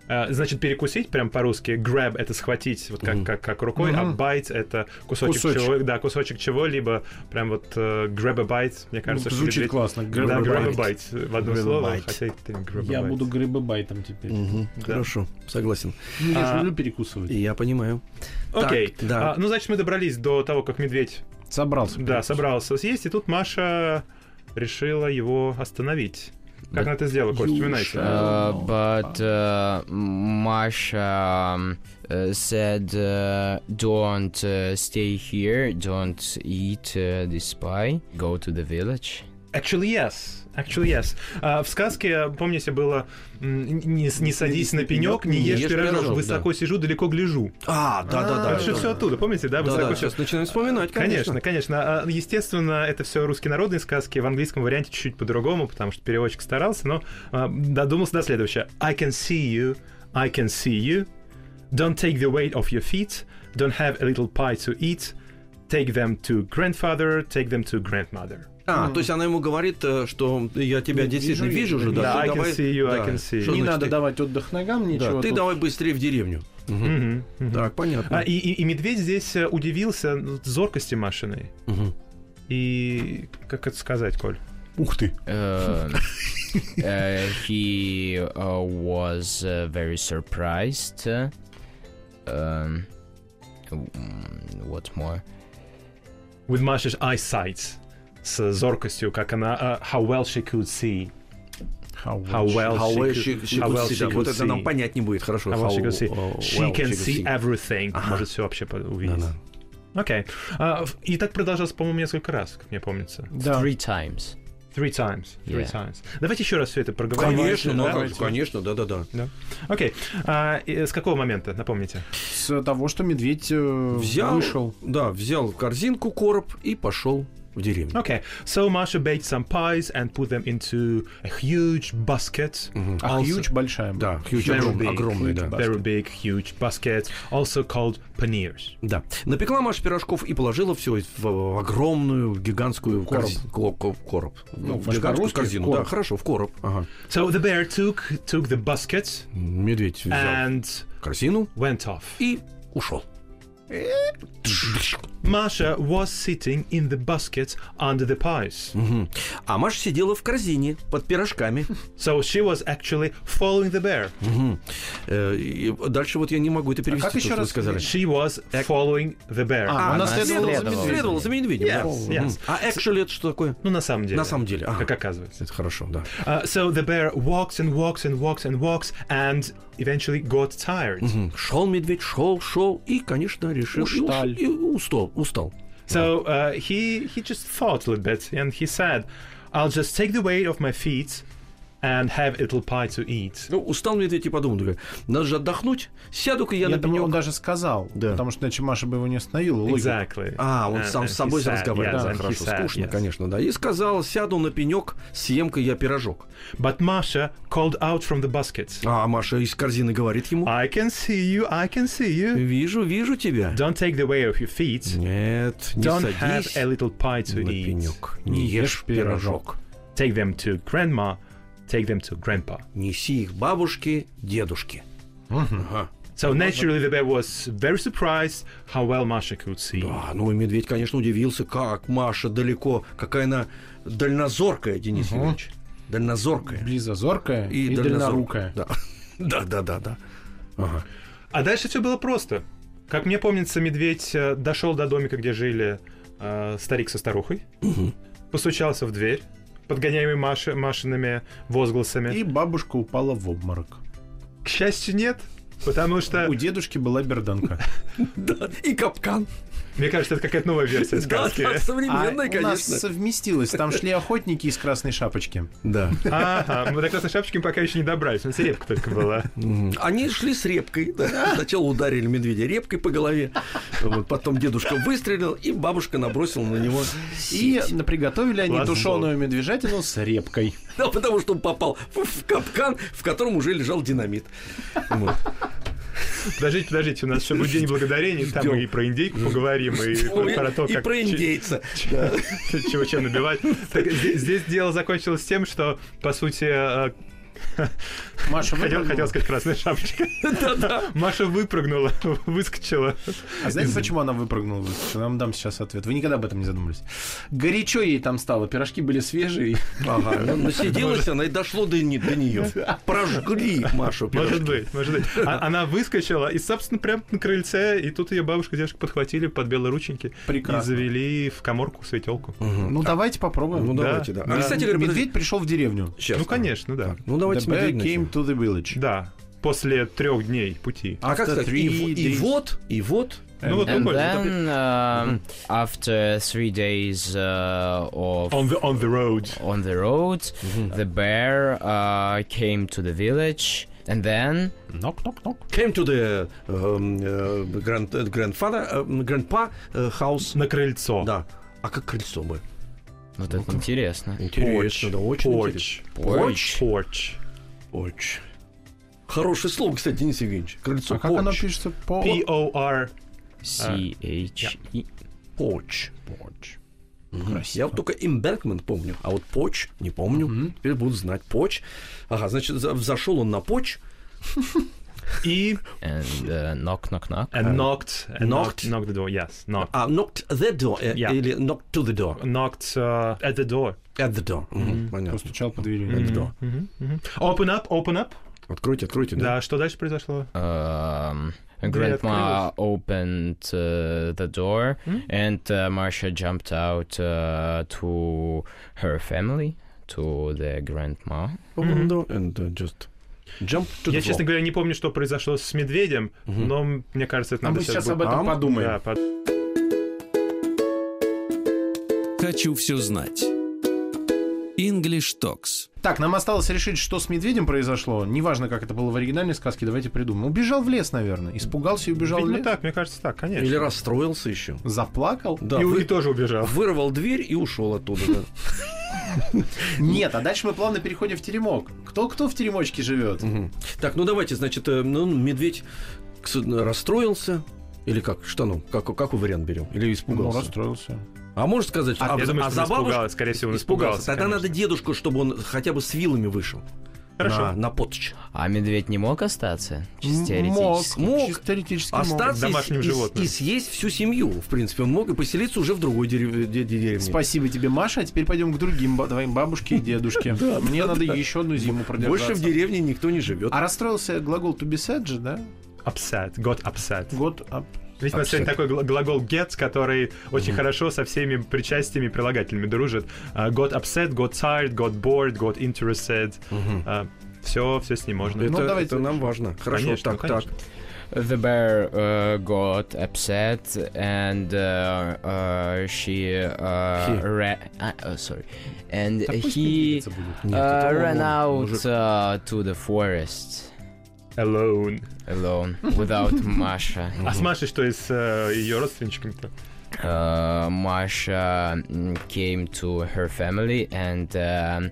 Speaker 5: Э, Значит, перекусить прям по-русски. Grab это схватить вот как, как, как рукой, а
Speaker 4: Мгм.
Speaker 5: bite это кусочек,
Speaker 4: Кусочек.
Speaker 5: чего, да, кусочек чего-либо. Прям вот э, grab a bite, мне кажется, что
Speaker 4: Звучит
Speaker 5: медведь-
Speaker 4: классно.
Speaker 5: Да, grab, a
Speaker 4: Грабобайт.
Speaker 5: bite в одно
Speaker 3: Grab a
Speaker 5: слово,
Speaker 3: bite.
Speaker 5: хотя это не grab a
Speaker 4: Я
Speaker 5: bite.
Speaker 4: буду грибобайтом теперь.
Speaker 3: Мгм. Хорошо, согласен.
Speaker 4: Ну, Я
Speaker 5: А.
Speaker 4: же люблю перекусывать.
Speaker 3: И я понимаю.
Speaker 5: Окей.
Speaker 3: Так, да.
Speaker 5: А, ну, значит, мы добрались до того, как медведь
Speaker 4: Собрался.
Speaker 5: да, собрался съесть, и тут Маша решила его остановить. Как она это сделала, Кость, вспоминайте.
Speaker 6: Uh, but uh, Marsha um, uh, said, uh, "Don't uh, stay here. Don't eat uh, this pie. Go to the village."
Speaker 5: Actually, yes. Actually, yes. А, в сказке, помните, было м, не, с- не садись на пенек, не ешь пирожок,
Speaker 3: пирожок,
Speaker 5: высоко сижу, далеко гляжу.
Speaker 3: А, да, да, да.
Speaker 5: Это же все оттуда, помните, да?
Speaker 3: Да,
Speaker 5: Высоко
Speaker 3: да,
Speaker 5: сижу.
Speaker 3: сейчас начинаем вспоминать,
Speaker 5: Конечно,
Speaker 3: конечно.
Speaker 5: конечно. А, Естественно, это все русские народные сказки. В английском варианте чуть-чуть по-другому, потому что переводчик старался, но а, додумался до следующего. I can see you, I can see you. Don't take the weight off your feet. Don't have a little pie to eat. Take them to grandfather, take them to grandmother.
Speaker 3: А, то есть она ему говорит, э, что я тебя действительно вижу уже, да.
Speaker 5: Да,
Speaker 3: ты
Speaker 5: I can
Speaker 3: давай-
Speaker 5: see you, I
Speaker 3: да,
Speaker 5: can see you.
Speaker 3: что
Speaker 5: Не
Speaker 4: Не
Speaker 3: значит,
Speaker 4: надо
Speaker 3: ты-
Speaker 4: давать отдых ногам,
Speaker 3: Да,
Speaker 4: ничего.
Speaker 3: ты
Speaker 4: тут.
Speaker 3: давай быстрее в деревню. Мгм.
Speaker 5: Мгм, мгм.
Speaker 3: Так,
Speaker 5: А,
Speaker 3: понятно.
Speaker 5: и, и- и медведь здесь э, удивился ну, зоркости Машиной.
Speaker 3: Мгм.
Speaker 5: И как это сказать, Коль?
Speaker 4: Ух ты.
Speaker 6: Uh, uh, he uh, was uh, very surprised. Uh, um, mm, what more?
Speaker 5: With Masha's eyesight. С зоркостью, как она... э, how well she could see. How well,
Speaker 3: How well she-
Speaker 5: she, could-
Speaker 3: А she
Speaker 5: how
Speaker 3: could
Speaker 5: well
Speaker 3: see,
Speaker 5: she
Speaker 3: да, Вот
Speaker 5: could
Speaker 3: это нам
Speaker 5: see.
Speaker 3: понять не будет, хорошо.
Speaker 5: How well she
Speaker 3: How,
Speaker 5: could see.
Speaker 3: uh,
Speaker 5: She
Speaker 3: well she
Speaker 5: can
Speaker 3: could
Speaker 5: see everything. Может все вообще по- увидеть.
Speaker 3: Да-да.
Speaker 5: Окей. А, в- и так продолжалось, по-моему, несколько раз, как мне помнится.
Speaker 4: Да.
Speaker 6: Three times.
Speaker 5: Three times. Three
Speaker 6: Yeah.
Speaker 5: times. Давайте еще раз все это проговорим.
Speaker 3: Конечно, ну,
Speaker 5: Да?
Speaker 3: как- конечно, да-да-да.
Speaker 5: Окей. А, и с какого момента, напомните?
Speaker 4: С того, что медведь э,
Speaker 3: Взял,
Speaker 4: вышел.
Speaker 3: да, взял в корзинку короб и пошел в деревню.
Speaker 5: Okay, so Masha baked some pies and put them into a huge basket.
Speaker 3: Mm-hmm.
Speaker 4: А
Speaker 5: Also-
Speaker 4: huge большая. была.
Speaker 3: Да, huge,
Speaker 5: Very
Speaker 3: огромный,
Speaker 5: big.
Speaker 3: огромный, да.
Speaker 5: Very big, huge basket, also called paneers.
Speaker 3: Да. Напекла Маша пирожков и положила все в огромную гигантскую
Speaker 4: Короб.
Speaker 3: корзину. короб.
Speaker 4: Ну,
Speaker 3: в гигантскую
Speaker 4: по-русски
Speaker 3: корзину.
Speaker 4: короб.
Speaker 3: Да, хорошо, в короб. Ага.
Speaker 5: So the bear took took the basket
Speaker 3: Медведь взял
Speaker 5: and
Speaker 3: корзину
Speaker 5: went off.
Speaker 3: и ушел.
Speaker 5: Masha was sitting in the basket under the
Speaker 3: Hmm?
Speaker 5: pies,
Speaker 3: А Маша сидела в корзине под пирожками.
Speaker 5: so she was actually following the bear.
Speaker 3: Hmm. Э, и Дальше вот я не могу это перевести.
Speaker 4: как
Speaker 3: то,
Speaker 4: еще
Speaker 3: что вы
Speaker 4: раз?
Speaker 3: сказали.
Speaker 5: She was following the bear.
Speaker 3: Ah.
Speaker 4: А, она следовала за
Speaker 6: следовала.
Speaker 4: медведем.
Speaker 3: Следовал за медведем. да.
Speaker 5: Yes,
Speaker 3: Мгм.
Speaker 5: yes.
Speaker 3: А actually это что такое?
Speaker 5: Ну на самом деле.
Speaker 3: На самом деле. ага.
Speaker 5: Как оказывается.
Speaker 3: Это хорошо, да.
Speaker 5: Uh, so the bear walks and walks and walks and walks and eventually got tired.
Speaker 3: Мгм. Шел медведь, шел, шел и, конечно, решил и уш-
Speaker 4: Ушталь.
Speaker 3: и устал, устал.
Speaker 5: So uh, he he just thought a little bit and he said, "I'll just take the weight of my feet and have a little pie to eat."
Speaker 3: Ну, устал медведь и подумал, говорю, надо же отдохнуть, сяду-ка я
Speaker 4: Я
Speaker 3: на
Speaker 4: думаю,
Speaker 3: пенек.
Speaker 4: он даже сказал.
Speaker 3: Да.
Speaker 4: Потому что иначе Маша бы его не остановила. логика.
Speaker 5: Exactly.
Speaker 3: А, он
Speaker 5: And-
Speaker 3: сам
Speaker 5: and
Speaker 3: с
Speaker 5: he
Speaker 3: собой
Speaker 5: said,
Speaker 3: разговаривал.
Speaker 5: yes,
Speaker 3: Да,
Speaker 5: and he
Speaker 3: хорошо,
Speaker 5: said,
Speaker 3: скучно,
Speaker 5: yes.
Speaker 3: конечно, да. И сказал, сяду на пенек, съем-ка я пирожок.
Speaker 5: But Masha called out from the basket.
Speaker 3: А Маша из корзины говорит ему,
Speaker 5: I can see you. I can see you.
Speaker 3: вижу, вижу тебя.
Speaker 5: Don't take the weight of your feet.
Speaker 3: Нет, Mm. не
Speaker 5: Don't
Speaker 3: садись
Speaker 5: have a little pie to
Speaker 3: на
Speaker 5: eat.
Speaker 3: пенек, не ешь пирожок.
Speaker 5: Take them to grandma. Take them to grandpa.
Speaker 3: Неси их бабушке, дедушке. Ага.
Speaker 5: So naturally, the bear was very surprised how well Masha could see.
Speaker 3: А, ну и медведь, конечно, удивился, как Маша далеко, какая она дальнозоркая, Денис Юрьевич. Дальнозоркая.
Speaker 4: Близозоркая и, дальнорукая.
Speaker 3: Да. Да, да, да, да. Ага.
Speaker 5: А дальше все было просто. Как мне помнится, медведь э, дошел до домика, где жили э, старик со старухой, постучался в дверь, подгоняемый Маши- Машиными возгласами.
Speaker 4: И бабушка упала в обморок.
Speaker 5: к счастью, нет. Потому что,
Speaker 4: У дедушки была берданка.
Speaker 3: Да, и капкан.
Speaker 5: мне кажется, это какая-то новая версия
Speaker 3: Да,
Speaker 5: сказки.
Speaker 3: да,
Speaker 4: А
Speaker 3: современный,
Speaker 4: у нас
Speaker 3: ну конечно.
Speaker 4: совместилось. Там шли охотники из красной шапочки.
Speaker 3: Да.
Speaker 5: Ага, мы до красной шапочки пока еще не добрались. У нас репка только была.
Speaker 3: Мгм. Они шли с репкой. да. Сначала ударили медведя репкой по голове. Вот, потом дедушка выстрелил, и бабушка набросила на него.
Speaker 4: И приготовили они
Speaker 5: Лазбол.
Speaker 4: тушеную медвежатину с репкой.
Speaker 3: Да, ну, потому что он попал в- в капкан, в котором уже лежал динамит. Вот.
Speaker 5: Подождите, подождите, у нас еще будет день благодарения, там
Speaker 3: Ждём.
Speaker 5: и про индейку поговорим, и
Speaker 3: Ой,
Speaker 5: про то,
Speaker 3: И
Speaker 5: как...
Speaker 3: про
Speaker 5: че-
Speaker 3: индейца.
Speaker 5: чего чем набивать. Так, здесь, здесь дело закончилось тем, что, по сути, э,
Speaker 4: Маша,
Speaker 5: хотел,
Speaker 4: выпрыгнула.
Speaker 5: хотел сказать красная шапочка. Маша выпрыгнула, выскочила.
Speaker 4: А знаете, почему она выпрыгнула? Я вам дам сейчас ответ. Вы никогда об этом не задумывались. Горячо ей там стало, пирожки были свежие.
Speaker 3: Ага, насиделась она и дошло до, не- до нее. Прожгли Машу.
Speaker 5: Может
Speaker 3: пирожки.
Speaker 5: быть, может быть. А- она выскочила и, собственно, прям на крыльце, и тут ее бабушка и дедушка подхватили под белые рученьки
Speaker 4: Прекрасно.
Speaker 5: и завели в коморку светелку.
Speaker 4: Ну, давайте попробуем.
Speaker 3: Ну,
Speaker 5: Да.
Speaker 3: давайте, да.
Speaker 5: Да.
Speaker 3: А, Кстати, говоря, подожди-
Speaker 4: Медведь пришел в деревню.
Speaker 3: Щас.
Speaker 5: Ну, конечно, да.
Speaker 3: Ну, давайте
Speaker 4: The bear
Speaker 3: медведь
Speaker 4: came
Speaker 3: начнем.
Speaker 4: to the village.
Speaker 5: Да, после трех дней пути.
Speaker 3: А как
Speaker 4: After
Speaker 3: сказать? И,
Speaker 4: three
Speaker 3: в- и
Speaker 4: days.
Speaker 3: вот, и вот.
Speaker 5: Ну, вот
Speaker 6: And
Speaker 5: буквально.
Speaker 6: then, um, after three days uh, of
Speaker 5: On the, on the road.
Speaker 6: on the road, the bear uh, came to the village, and then
Speaker 4: Knock-knock-knock.
Speaker 3: Came to the эм, э, grand- э, grandfather, э, grandpa э, house.
Speaker 5: На крыльцо.
Speaker 3: Да. А как крыльцо бы?
Speaker 6: вот это интересно.
Speaker 3: Интересно, да, очень интересно.
Speaker 5: Порч. Порч. Порч.
Speaker 3: Очень. Хорошее слово, кстати, Денис Евгеньевич. Крыльцо
Speaker 4: А как оно
Speaker 3: порч.
Speaker 4: пишется? По...
Speaker 5: P-O-R.
Speaker 6: C H E.
Speaker 3: Поч. Поч. Я вот только Имберкман помню, а вот Поч не помню. Теперь буду знать Поч. Ага, значит, за- взошел он на Поч.
Speaker 5: И
Speaker 6: and uh, knock knock knock.
Speaker 5: And E knocked. And
Speaker 3: Knocked?
Speaker 5: knocked. Knocked the door. Yes. Knocked.
Speaker 3: А, knocked the door, э,
Speaker 5: Я.
Speaker 3: или knocked to the door.
Speaker 5: Knocked uh, at the door.
Speaker 3: At the door. Мгм, Понятно.
Speaker 4: Постучал по двери.
Speaker 3: At the door.
Speaker 5: Open up, open up.
Speaker 3: Откройте, откройте. А,
Speaker 5: Да, что дальше произошло?
Speaker 6: Um, grandma opened uh, the door,
Speaker 4: Hmm?
Speaker 6: and uh, Marsha jumped out uh, to her family, to the grandma.
Speaker 3: Open the door and uh, just jump to the
Speaker 5: Я,
Speaker 3: floor.
Speaker 5: честно говоря, не помню, что произошло с медведем, но м- мне кажется, это
Speaker 4: А
Speaker 5: надо
Speaker 4: мы сейчас
Speaker 5: будет-
Speaker 4: об этом
Speaker 3: Ам,
Speaker 5: Да,
Speaker 4: подумаем.
Speaker 5: под-
Speaker 1: Хочу все знать. English Токс.
Speaker 4: Так, нам осталось решить, что с медведем произошло. Неважно, как это было в оригинальной сказке, давайте придумаем. Убежал в лес, наверное. Испугался и убежал в
Speaker 5: Видимо,
Speaker 4: лес.
Speaker 5: так, мне кажется, так, конечно.
Speaker 3: Или расстроился еще.
Speaker 4: Заплакал?
Speaker 3: Да,
Speaker 5: и, у-
Speaker 3: вы-
Speaker 5: и тоже убежал.
Speaker 3: вырвал дверь и ушел оттуда. да.
Speaker 4: Нет, а дальше мы плавно переходим в теремок. Кто-кто в теремочке живет?
Speaker 3: Так, ну давайте, значит, э, ну, медведь к су- расстроился. Или как? Штану? Как, какой вариант берем? Или испугался?
Speaker 4: расстроился.
Speaker 3: А может сказать, а,
Speaker 5: Ну, Я думаю,
Speaker 3: а
Speaker 5: что
Speaker 3: за
Speaker 5: он
Speaker 3: бабушку
Speaker 5: испугался, скорее всего, он
Speaker 3: испугался.
Speaker 5: испугался.
Speaker 3: Тогда
Speaker 5: конечно.
Speaker 3: надо дедушку, чтобы он хотя бы с вилами вышел.
Speaker 5: Хорошо.
Speaker 3: На, на поточ.
Speaker 6: А медведь не мог остаться? Чисто
Speaker 4: Мог,
Speaker 6: теоретически.
Speaker 3: Мог.
Speaker 4: чисто теоретически мог.
Speaker 3: Остаться и,
Speaker 5: Ну, домашним
Speaker 3: и-
Speaker 5: животным.
Speaker 3: и съесть всю семью. В принципе, он мог и поселиться уже в другой дерев- де- де- деревне.
Speaker 4: Спасибо тебе, Маша. А теперь пойдем к другим ба- твоим бабушке и дедушке. Мне надо еще одну
Speaker 3: Больше
Speaker 4: зиму
Speaker 3: в
Speaker 4: продержаться.
Speaker 3: деревне никто не живет.
Speaker 4: А расстроился глагол to be sad же, да?
Speaker 5: Upset. Got upset.
Speaker 4: Год up.
Speaker 5: Видите, у нас сегодня такой гла- глагол get, который очень хорошо со всеми причастиями и прилагательными дружит. А, got upset, got tired, got bored, got interested. все, все с ним можно.
Speaker 3: это,
Speaker 4: ну, давайте.
Speaker 3: это нам важно. Хорошо,
Speaker 5: Конечно,
Speaker 3: так,
Speaker 5: конечно.
Speaker 3: так.
Speaker 6: The bear uh, got upset and uh, uh, she uh,
Speaker 3: He.
Speaker 6: ra- uh, oh, sorry, and
Speaker 4: Да пусть
Speaker 6: he
Speaker 4: медведица будет.
Speaker 3: Нет,
Speaker 6: uh,
Speaker 3: это он,
Speaker 6: ran
Speaker 3: он,
Speaker 6: out
Speaker 3: мужик.
Speaker 6: uh, to the forest
Speaker 5: Alone.
Speaker 6: alone without Masha.
Speaker 5: А с Машей что и с ее родственничками-то?
Speaker 6: Uh, Masha mm, came to her family and um,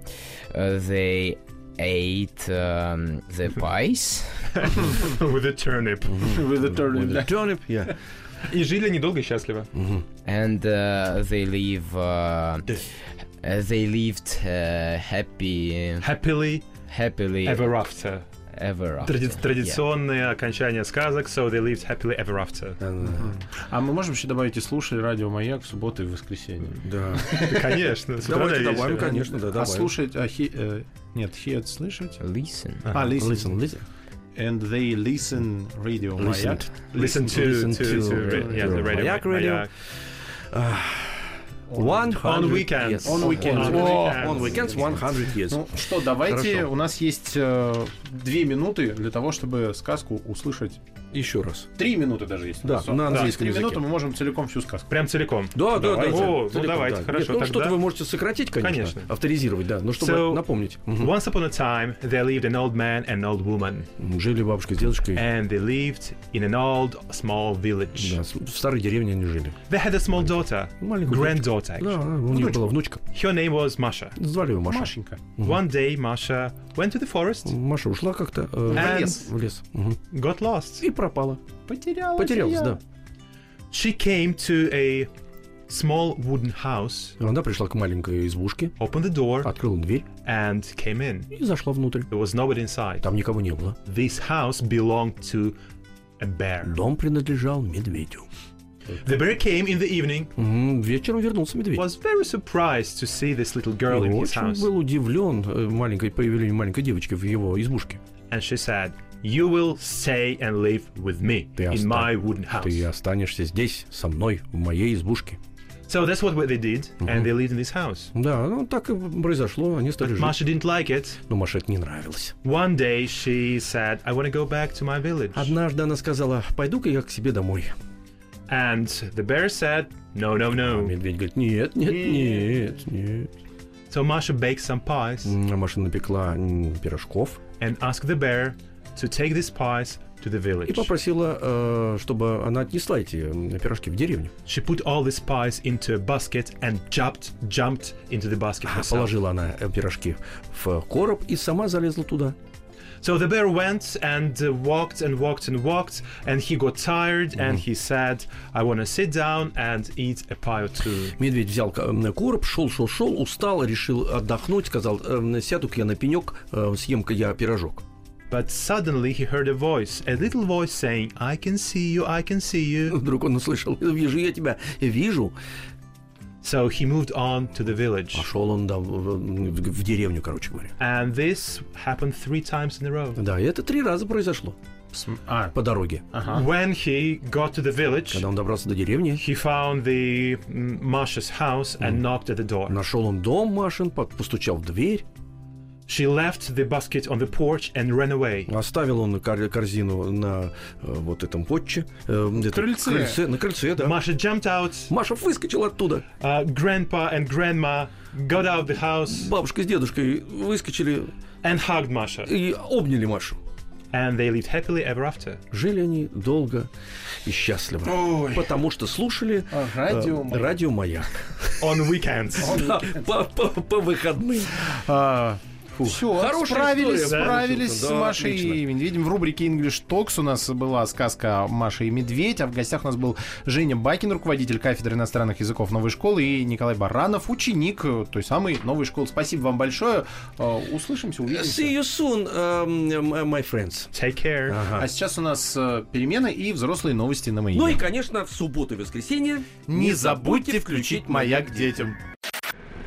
Speaker 6: uh, they ate um, the pies.
Speaker 5: With a turnip.
Speaker 4: With the turnip, да.
Speaker 3: Turnip, yeah.
Speaker 5: И жили они долго и счастливо.
Speaker 6: and uh, they live uh, uh, they lived uh, happy
Speaker 5: Happily
Speaker 6: happily
Speaker 5: ever after.
Speaker 6: ever after.
Speaker 5: Тради-
Speaker 6: Yeah.
Speaker 5: традиционное окончание сказок. So they lived happily ever after.
Speaker 4: А мы можем еще добавить и слушай радио Маяк в субботу и в воскресенье.
Speaker 3: Да.
Speaker 5: Да, Конечно. с утра
Speaker 3: Давайте
Speaker 5: до вечера.
Speaker 3: добавим, конечно, да,
Speaker 4: А
Speaker 3: добавим.
Speaker 4: слушать, а he- э, нет, hear слышать.
Speaker 6: Listen.
Speaker 4: А, listen.
Speaker 3: Listen, listen.
Speaker 4: And they listen radio Маяк.
Speaker 5: Listen to,
Speaker 3: Listen
Speaker 5: to-
Speaker 3: to-
Speaker 5: to- yeah, the radio.
Speaker 3: Маяк radio.
Speaker 5: Маяк. On weekends.
Speaker 3: years.
Speaker 4: On weekends.
Speaker 5: On
Speaker 4: О,
Speaker 3: On weekends 100 years.
Speaker 4: Ну что, давайте,
Speaker 3: Хорошо.
Speaker 4: у нас есть э, две минуты для того, чтобы сказку услышать.
Speaker 3: Еще раз.
Speaker 4: Три минуты даже есть.
Speaker 3: Да,
Speaker 4: Со-
Speaker 3: на английском
Speaker 4: Три
Speaker 3: языке.
Speaker 4: минуты мы можем целиком всю сказку.
Speaker 5: Прям целиком.
Speaker 3: Да, да, да.
Speaker 5: Давайте.
Speaker 3: да.
Speaker 5: О, ну
Speaker 3: Целиком,
Speaker 5: давайте,
Speaker 3: да.
Speaker 5: хорошо,
Speaker 3: Нет, ну, что-то
Speaker 5: тогда.
Speaker 3: вы можете сократить, конечно,
Speaker 5: Конечно.
Speaker 3: авторизировать, да, но чтобы
Speaker 5: So-
Speaker 3: напомнить. Мгм.
Speaker 5: Once upon a time, there lived an old man and old woman,
Speaker 3: Жили бабушка с дедушкой.
Speaker 5: and they lived in an old small village.
Speaker 3: Да, с- в старой деревне они жили.
Speaker 5: They had a small daughter,
Speaker 3: Маленькую
Speaker 5: granddaughter.
Speaker 3: Да, а,
Speaker 5: actually.
Speaker 3: у них была внучка.
Speaker 5: Her name was Masha.
Speaker 3: Звали ее Маша.
Speaker 4: Машенька.
Speaker 5: One day, Masha went to the forest,
Speaker 3: Маша ушла как-то э,
Speaker 5: And-
Speaker 4: лес.
Speaker 3: в лес. Мгм.
Speaker 5: got lost.
Speaker 3: И пропала.
Speaker 4: Потерялась.
Speaker 3: Потерялась,
Speaker 4: я.
Speaker 3: да.
Speaker 5: She came to a small wooden house,
Speaker 3: Она пришла к маленькой избушке,
Speaker 5: opened the door,
Speaker 3: открыла дверь
Speaker 5: and came in.
Speaker 3: и зашла внутрь.
Speaker 5: There was nobody inside.
Speaker 3: Там никого не было.
Speaker 5: This house belonged to a bear.
Speaker 3: Дом принадлежал медведю.
Speaker 5: The bear came in the evening,
Speaker 3: М, Вечером вернулся медведь.
Speaker 5: was very surprised to see this little
Speaker 3: И
Speaker 5: girl in his
Speaker 3: Очень
Speaker 5: house,
Speaker 3: был удивлен э, маленькой появлению маленькой девочки в его избушке.
Speaker 5: and she said, "You will stay and live with me
Speaker 3: Ты
Speaker 5: in
Speaker 3: оста-
Speaker 5: my wooden
Speaker 3: Ты
Speaker 5: house."
Speaker 3: останешься здесь со мной в моей избушке.
Speaker 5: So that's what they did, and they lived in this house.
Speaker 3: Да, ну так и произошло, они стали
Speaker 5: But
Speaker 3: жить.
Speaker 5: Masha didn't like it.
Speaker 3: Но Маше это не нравилось.
Speaker 5: One day she said, "I want to go back to my village,"
Speaker 3: Однажды она сказала, пойду-ка я к себе домой.
Speaker 5: and the bear said, "No, no,
Speaker 3: А
Speaker 5: no."
Speaker 3: медведь говорит, нет, нет, нет, нет.
Speaker 5: So Masha baked some pies
Speaker 3: М, А Маша напекла м, пирожков
Speaker 5: and asked the bear to take these pies to the
Speaker 3: и
Speaker 5: village.
Speaker 3: попросила, э, чтобы она отнесла эти м, пирожки в деревню.
Speaker 5: She put all these pies into a basket and jumped, jumped into the basket herself.
Speaker 3: Положила она э, пирожки в короб и сама залезла туда.
Speaker 5: So the bear went and uh, walked and walked and walked, and he got tired and he said, I want to sit down and eat a pie or two.
Speaker 3: Медведь взял к- м, короб, шел, шел, шел, устал, решил отдохнуть, сказал, «Эм, сяду-ка я на пенек, э, съем-ка я пирожок.
Speaker 5: But suddenly he heard a voice, a little voice saying, I can see you, I can see you.
Speaker 3: Вдруг он услышал, «Э, вижу я тебя, вижу.
Speaker 5: So he moved on to the village.
Speaker 3: Пошел он да, в, в- в деревню, короче говоря.
Speaker 5: And this happened three times in a row.
Speaker 3: Да, и это три раза произошло
Speaker 4: См- А,
Speaker 3: по дороге.
Speaker 5: When he got to the village,
Speaker 3: Когда он добрался до деревни,
Speaker 5: he found the mm, Masha's house and knocked at the door.
Speaker 3: нашел он дом Машин, под- постучал в дверь,
Speaker 5: She left the basket on the porch and ran away.
Speaker 3: оставил он кор- корзину на э, вот этом потче. э, где-то
Speaker 4: Крыльце.
Speaker 3: На крыльце, да.
Speaker 5: Masha jumped out.
Speaker 3: Маша выскочила оттуда.
Speaker 5: Uh, grandpa and grandma got out of the house
Speaker 3: Бабушка с дедушкой выскочили
Speaker 5: and hugged Masha.
Speaker 3: и обняли Машу.
Speaker 5: And they lived happily ever after.
Speaker 3: Жили они долго и счастливо. Потому что слушали
Speaker 4: А, радио
Speaker 3: э,
Speaker 4: «Маяк».
Speaker 3: радио «Маяк».
Speaker 5: On weekends.
Speaker 3: Да, по- по по выходным.
Speaker 4: Все,
Speaker 3: Хорошая
Speaker 4: справились,
Speaker 3: история, да?
Speaker 4: справились с
Speaker 3: Да,
Speaker 4: Машей и
Speaker 3: отлично.
Speaker 4: Медведем. В рубрике English Talks у нас была сказка «Маша и Медведь», а в гостях у нас был Женя Бакин, руководитель кафедры иностранных языков новой школы, и Николай Баранов, ученик э, той самой новой школы. Спасибо вам большое. Э, Услышимся, увидимся.
Speaker 3: See you soon, эм, м- my friends.
Speaker 5: Take care.
Speaker 4: А сейчас у нас э, перемены и взрослые новости на маяке.
Speaker 3: Ну и, конечно, в субботу и воскресенье
Speaker 4: не забудьте включить «Маяк» детям.